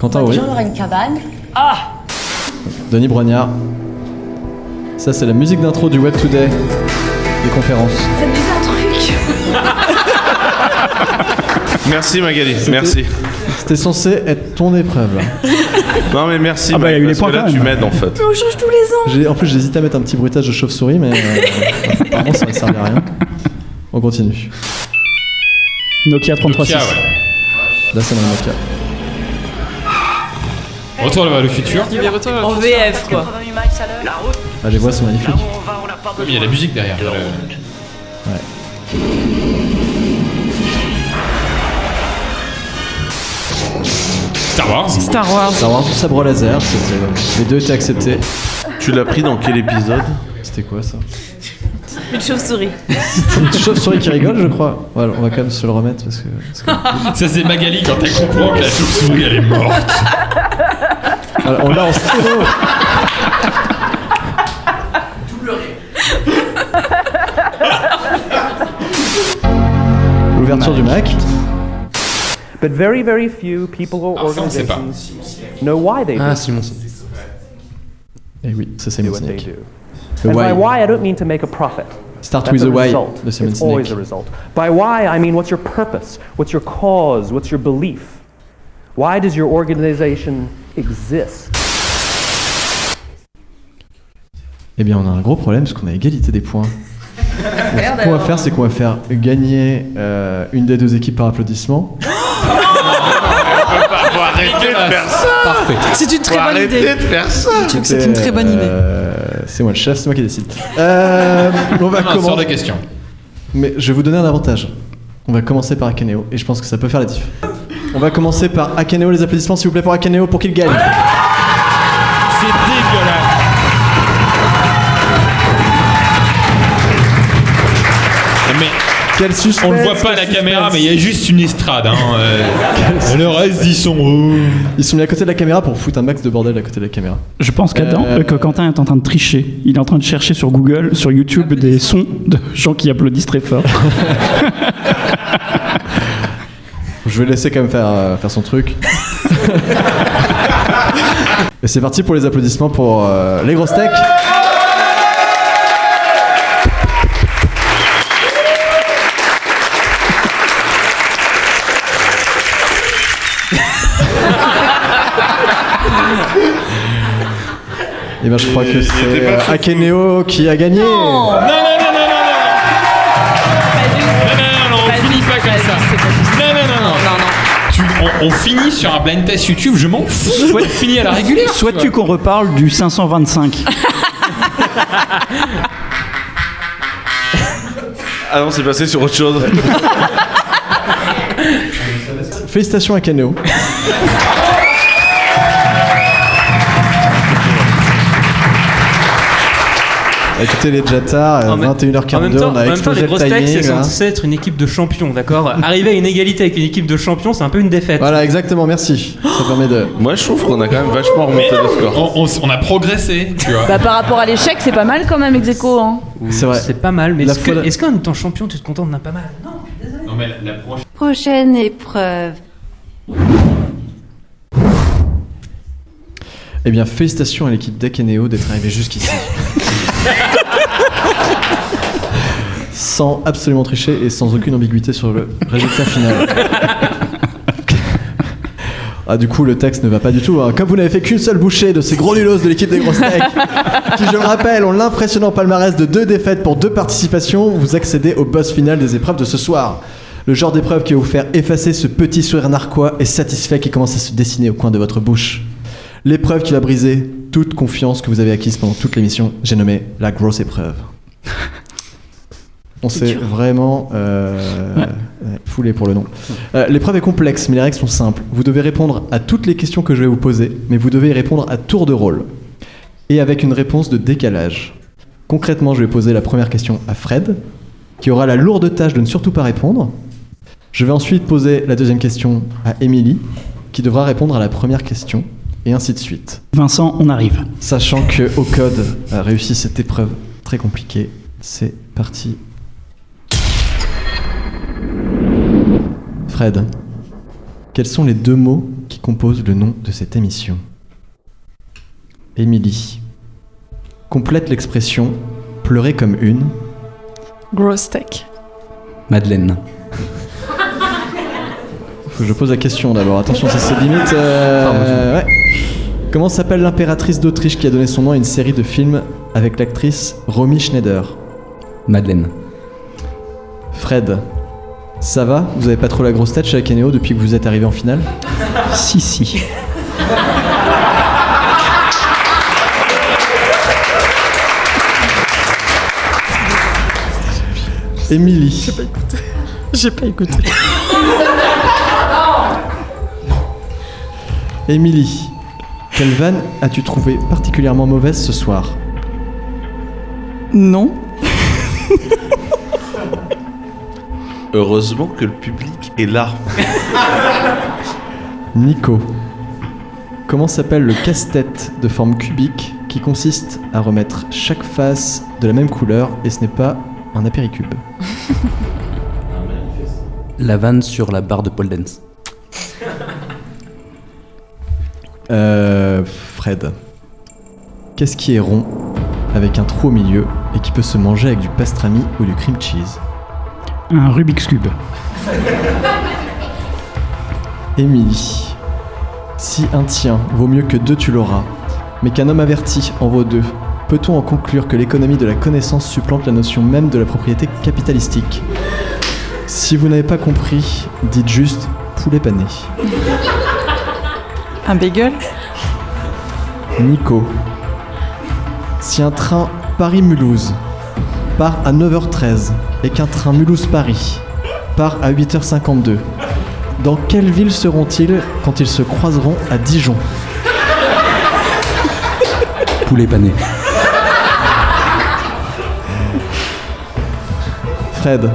Quentin, Déjà, oui. on aura une cabane. Ah Denis Brognard. Ça, c'est la musique d'intro du Web Today des conférences. Ça me dit un truc Merci Magali, merci. C'était censé être ton épreuve. Là. Non mais merci Ah bah, il y a Magali, eu les parce points que là quand tu même. m'aides en fait. Mais on change tous les ans J'ai- En plus, j'hésite à mettre un petit bruitage de chauve-souris, mais euh, apparemment, ça ne servait à rien. On continue. Nokia 336. Là, c'est dans le Nokia. Retour vers le futur. En VF, quoi. La route, Ah, les voix sont magnifiques. Oui, mais il y a la musique derrière. le- Star Wars. Star Wars. Star Wars, sabre laser. c'était- Les deux étaient acceptés. Tu l'as pris dans quel épisode C'était quoi ça Une chauve-souris. Une chauve-souris qui rigole, je crois. Voilà, on va quand même se le remettre parce que. parce que- Ça, c'est Magali quand elle comprend que la chauve-souris, elle est morte. Voilà, on l'a en stéréo. L'ouverture du Mac. But very, very few people or ça, on sait pas. organizations know why they Ah, do. Et Eh oui, ça c'est Simon Sinek. Le and by why. why, I don't mean to make a profit. Start That's with a the why, result. the Simon It's always Sinek. a result. By why, I mean what's your purpose? What's your cause? What's your belief? Why does your organization exist? Eh bien, on a un gros problème parce qu'on a égalité des points. Donc, ce qu'on va faire, c'est qu'on va faire gagner euh, une des deux équipes par applaudissement. Faut arrêter de faire ça Parfait. C'est une très Faut bonne arrêter idée. de faire ça Je trouve Ah, que c'est une très bonne idée. Euh, c'est moi le chef, c'est moi qui décide. Euh, on va Non, non, commencer. sors la question. Mais je vais vous donner un avantage. On va commencer par Akeneo et je pense que ça peut faire la diff. On va commencer par Akeneo. Les applaudissements, s'il vous plaît, pour Akeneo pour qu'il gagne. C'est dégueulasse. Mais Quel suspense, on ne voit pas la caméra, mais il y a juste une estrade. Hein, euh. Le reste, ils sont Ils sont mis à côté de la caméra pour foutre un max de bordel à côté de la caméra. Je pense qu'Adam- Euh, euh, que Quentin est en train de tricher. Il est en train de chercher sur Google, sur YouTube, des sons de gens qui applaudissent très fort. Je vais laisser quand même faire, euh, faire son truc. Et c'est parti pour les applaudissements pour euh, les grosses techs. Et bien Eh ben, je crois que c'est euh, Akeneo qui a gagné. Non, non, on finit pas comme ça. Non, non, non, non. Tu- on, on finit sur un blind test YouTube, je m'en fous. Soit tu finis à la régulière. Souhaites-tu qu'on reparle du 525 Ah non, c'est passé sur autre chose. euh, Félicitations à Kaneo. Écoutez les déjà tard, euh, En même- 21h42, en même temps, on a en même temps, explosé les le grosses têtes, c'est timing. hein. là. censé être une équipe de champions, d'accord Arriver à une égalité avec une équipe de champions, c'est un peu une défaite. Voilà, exactement, merci. Ça permet de. Moi, je trouve qu'on a quand même vachement remonté le score. On, on s- on a progressé, tu vois. Bah, par rapport à l'échec, c'est pas mal quand même, ex aequo, hein. C'est vrai. C'est pas mal, mais La est-ce que- fois- est-ce qu'en étant champion, tu te contentes d'un pas mal Non, mais la, la prochaine. Prochaine épreuve. Eh bien, félicitations à l'équipe d'Akeneo d'être arrivée jusqu'ici. sans absolument tricher et sans aucune ambiguïté sur le résultat final. Ah, du coup, le texte ne va pas du tout. hein. Comme vous n'avez fait qu'une seule bouchée de ces gros nulos de l'équipe des grosses têtes, qui, je le rappelle, ont l'impressionnant palmarès de deux défaites pour deux participations, vous accédez au boss final des épreuves de ce soir. Le genre d'épreuve qui va vous faire effacer ce petit sourire narquois et satisfait qui commence à se dessiner au coin de votre bouche. L'épreuve qui va briser toute confiance que vous avez acquise pendant toute l'émission, j'ai nommé la grosse épreuve. On s'est vraiment euh, ouais, foulé pour le nom. Euh, L'épreuve est complexe, mais les règles sont simples. Vous devez répondre à toutes les questions que je vais vous poser, mais vous devez y répondre à tour de rôle. Et avec une réponse de décalage. Concrètement, je vais poser la première question à Fred, qui aura la lourde tâche de ne surtout pas répondre. Je vais ensuite poser la deuxième question à Émilie, qui devra répondre à la première question, et ainsi de suite. Vincent, on arrive. Sachant que au code a réussi cette épreuve très compliquée, c'est parti. Fred, quels sont les deux mots qui composent le nom de cette émission Émilie. Complète l'expression pleurer comme une. Gross tech. Madeleine. Faut que je pose la question d'abord. Attention, ça c'est limite. euh, ouais. Comment s'appelle l'impératrice d'Autriche qui a donné son nom à une série de films avec l'actrice Romy Schneider Madeleine. Fred, ça va Vous avez pas trop la grosse tête chez Akeneo depuis que vous êtes arrivé en finale Si, si. Émilie. J'ai pas écouté. Émilie, quelle vanne as-tu trouvé particulièrement mauvaise ce soir Non. Heureusement que le public est là. Nico, comment s'appelle le casse-tête de forme cubique qui consiste à remettre chaque face de la même couleur et ce n'est pas un apéricube La vanne sur la barre de Paul Dance. Euh, Fred, qu'est-ce qui est rond avec un trou au milieu et qui peut se manger avec du pastrami ou du cream cheese Un Rubik's Cube. Émilie. Si un tien vaut mieux que deux, tu l'auras. Mais qu'un homme averti en vaut deux. Peut-on en conclure que l'économie de la connaissance supplante la notion même de la propriété capitalistique Si vous n'avez pas compris, dites juste poulet pané. Un bagel Nico. Si un train Paris-Mulhouse part à 9h13 et qu'un train Mulhouse-Paris part à 8h52, dans quelle ville seront-ils quand ils se croiseront à Dijon Poulet pané. Fred,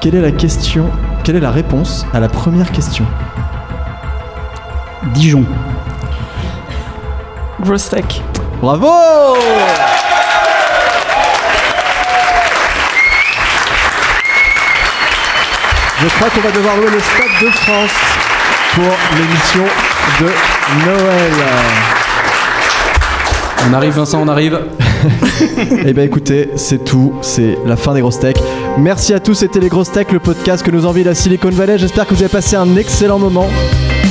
quelle est la question, quelle est la réponse à la première question Dijon. Gross tech. Bravo Je crois qu'on va devoir louer le Stade de France pour l'émission de Noël. On arrive, Vincent, on arrive. Eh ben écoutez, c'est tout, c'est la fin des grosses techs. Merci à tous, c'était les grosses techs, le podcast que nous envie la Silicon Valley. J'espère que vous avez passé un excellent moment.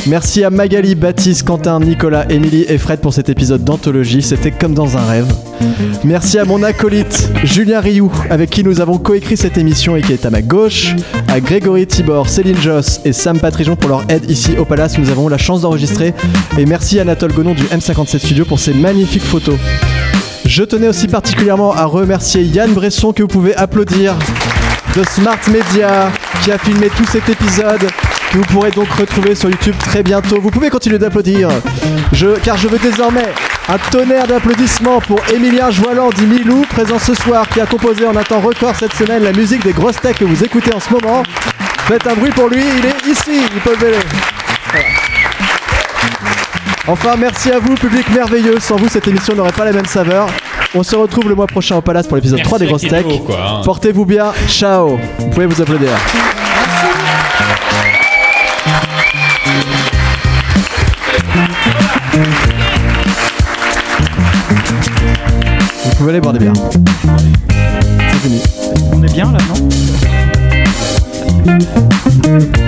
Merci à Magali, Baptiste, Quentin, Nicolas, Émilie et Fred pour cet épisode d'anthologie. C'était comme dans un rêve. Merci à mon acolyte Julien Rioux, avec qui nous avons coécrit cette émission et qui est à ma gauche. À Grégory Tibor, Céline Joss et Sam Patrijon pour leur aide ici au Palace. Nous avons la chance d'enregistrer. Et merci à Anatole Gonon du M57 Studio pour ses magnifiques photos. Je tenais aussi particulièrement à remercier Yann Bresson que vous pouvez applaudir de Smart Media qui a filmé tout cet épisode que vous pourrez donc retrouver sur YouTube très bientôt. Vous pouvez continuer d'applaudir je, car je veux désormais un tonnerre d'applaudissements pour Emilien Joiland dit Milou présent ce soir qui a composé en un temps record cette semaine la musique des grosses tech que vous écoutez en ce moment. Faites un bruit pour lui, il est ici, il peut le Enfin, merci à vous, public merveilleux. Sans vous, cette émission n'aurait pas la même saveur. On se retrouve le mois prochain au Palace pour l'épisode Merci 3 des à Grosses Tech. Keno, quoi, hein. Portez-vous bien. Ciao. Vous pouvez vous applaudir. Vous pouvez aller boire des bières. C'est fini. On est bien là, non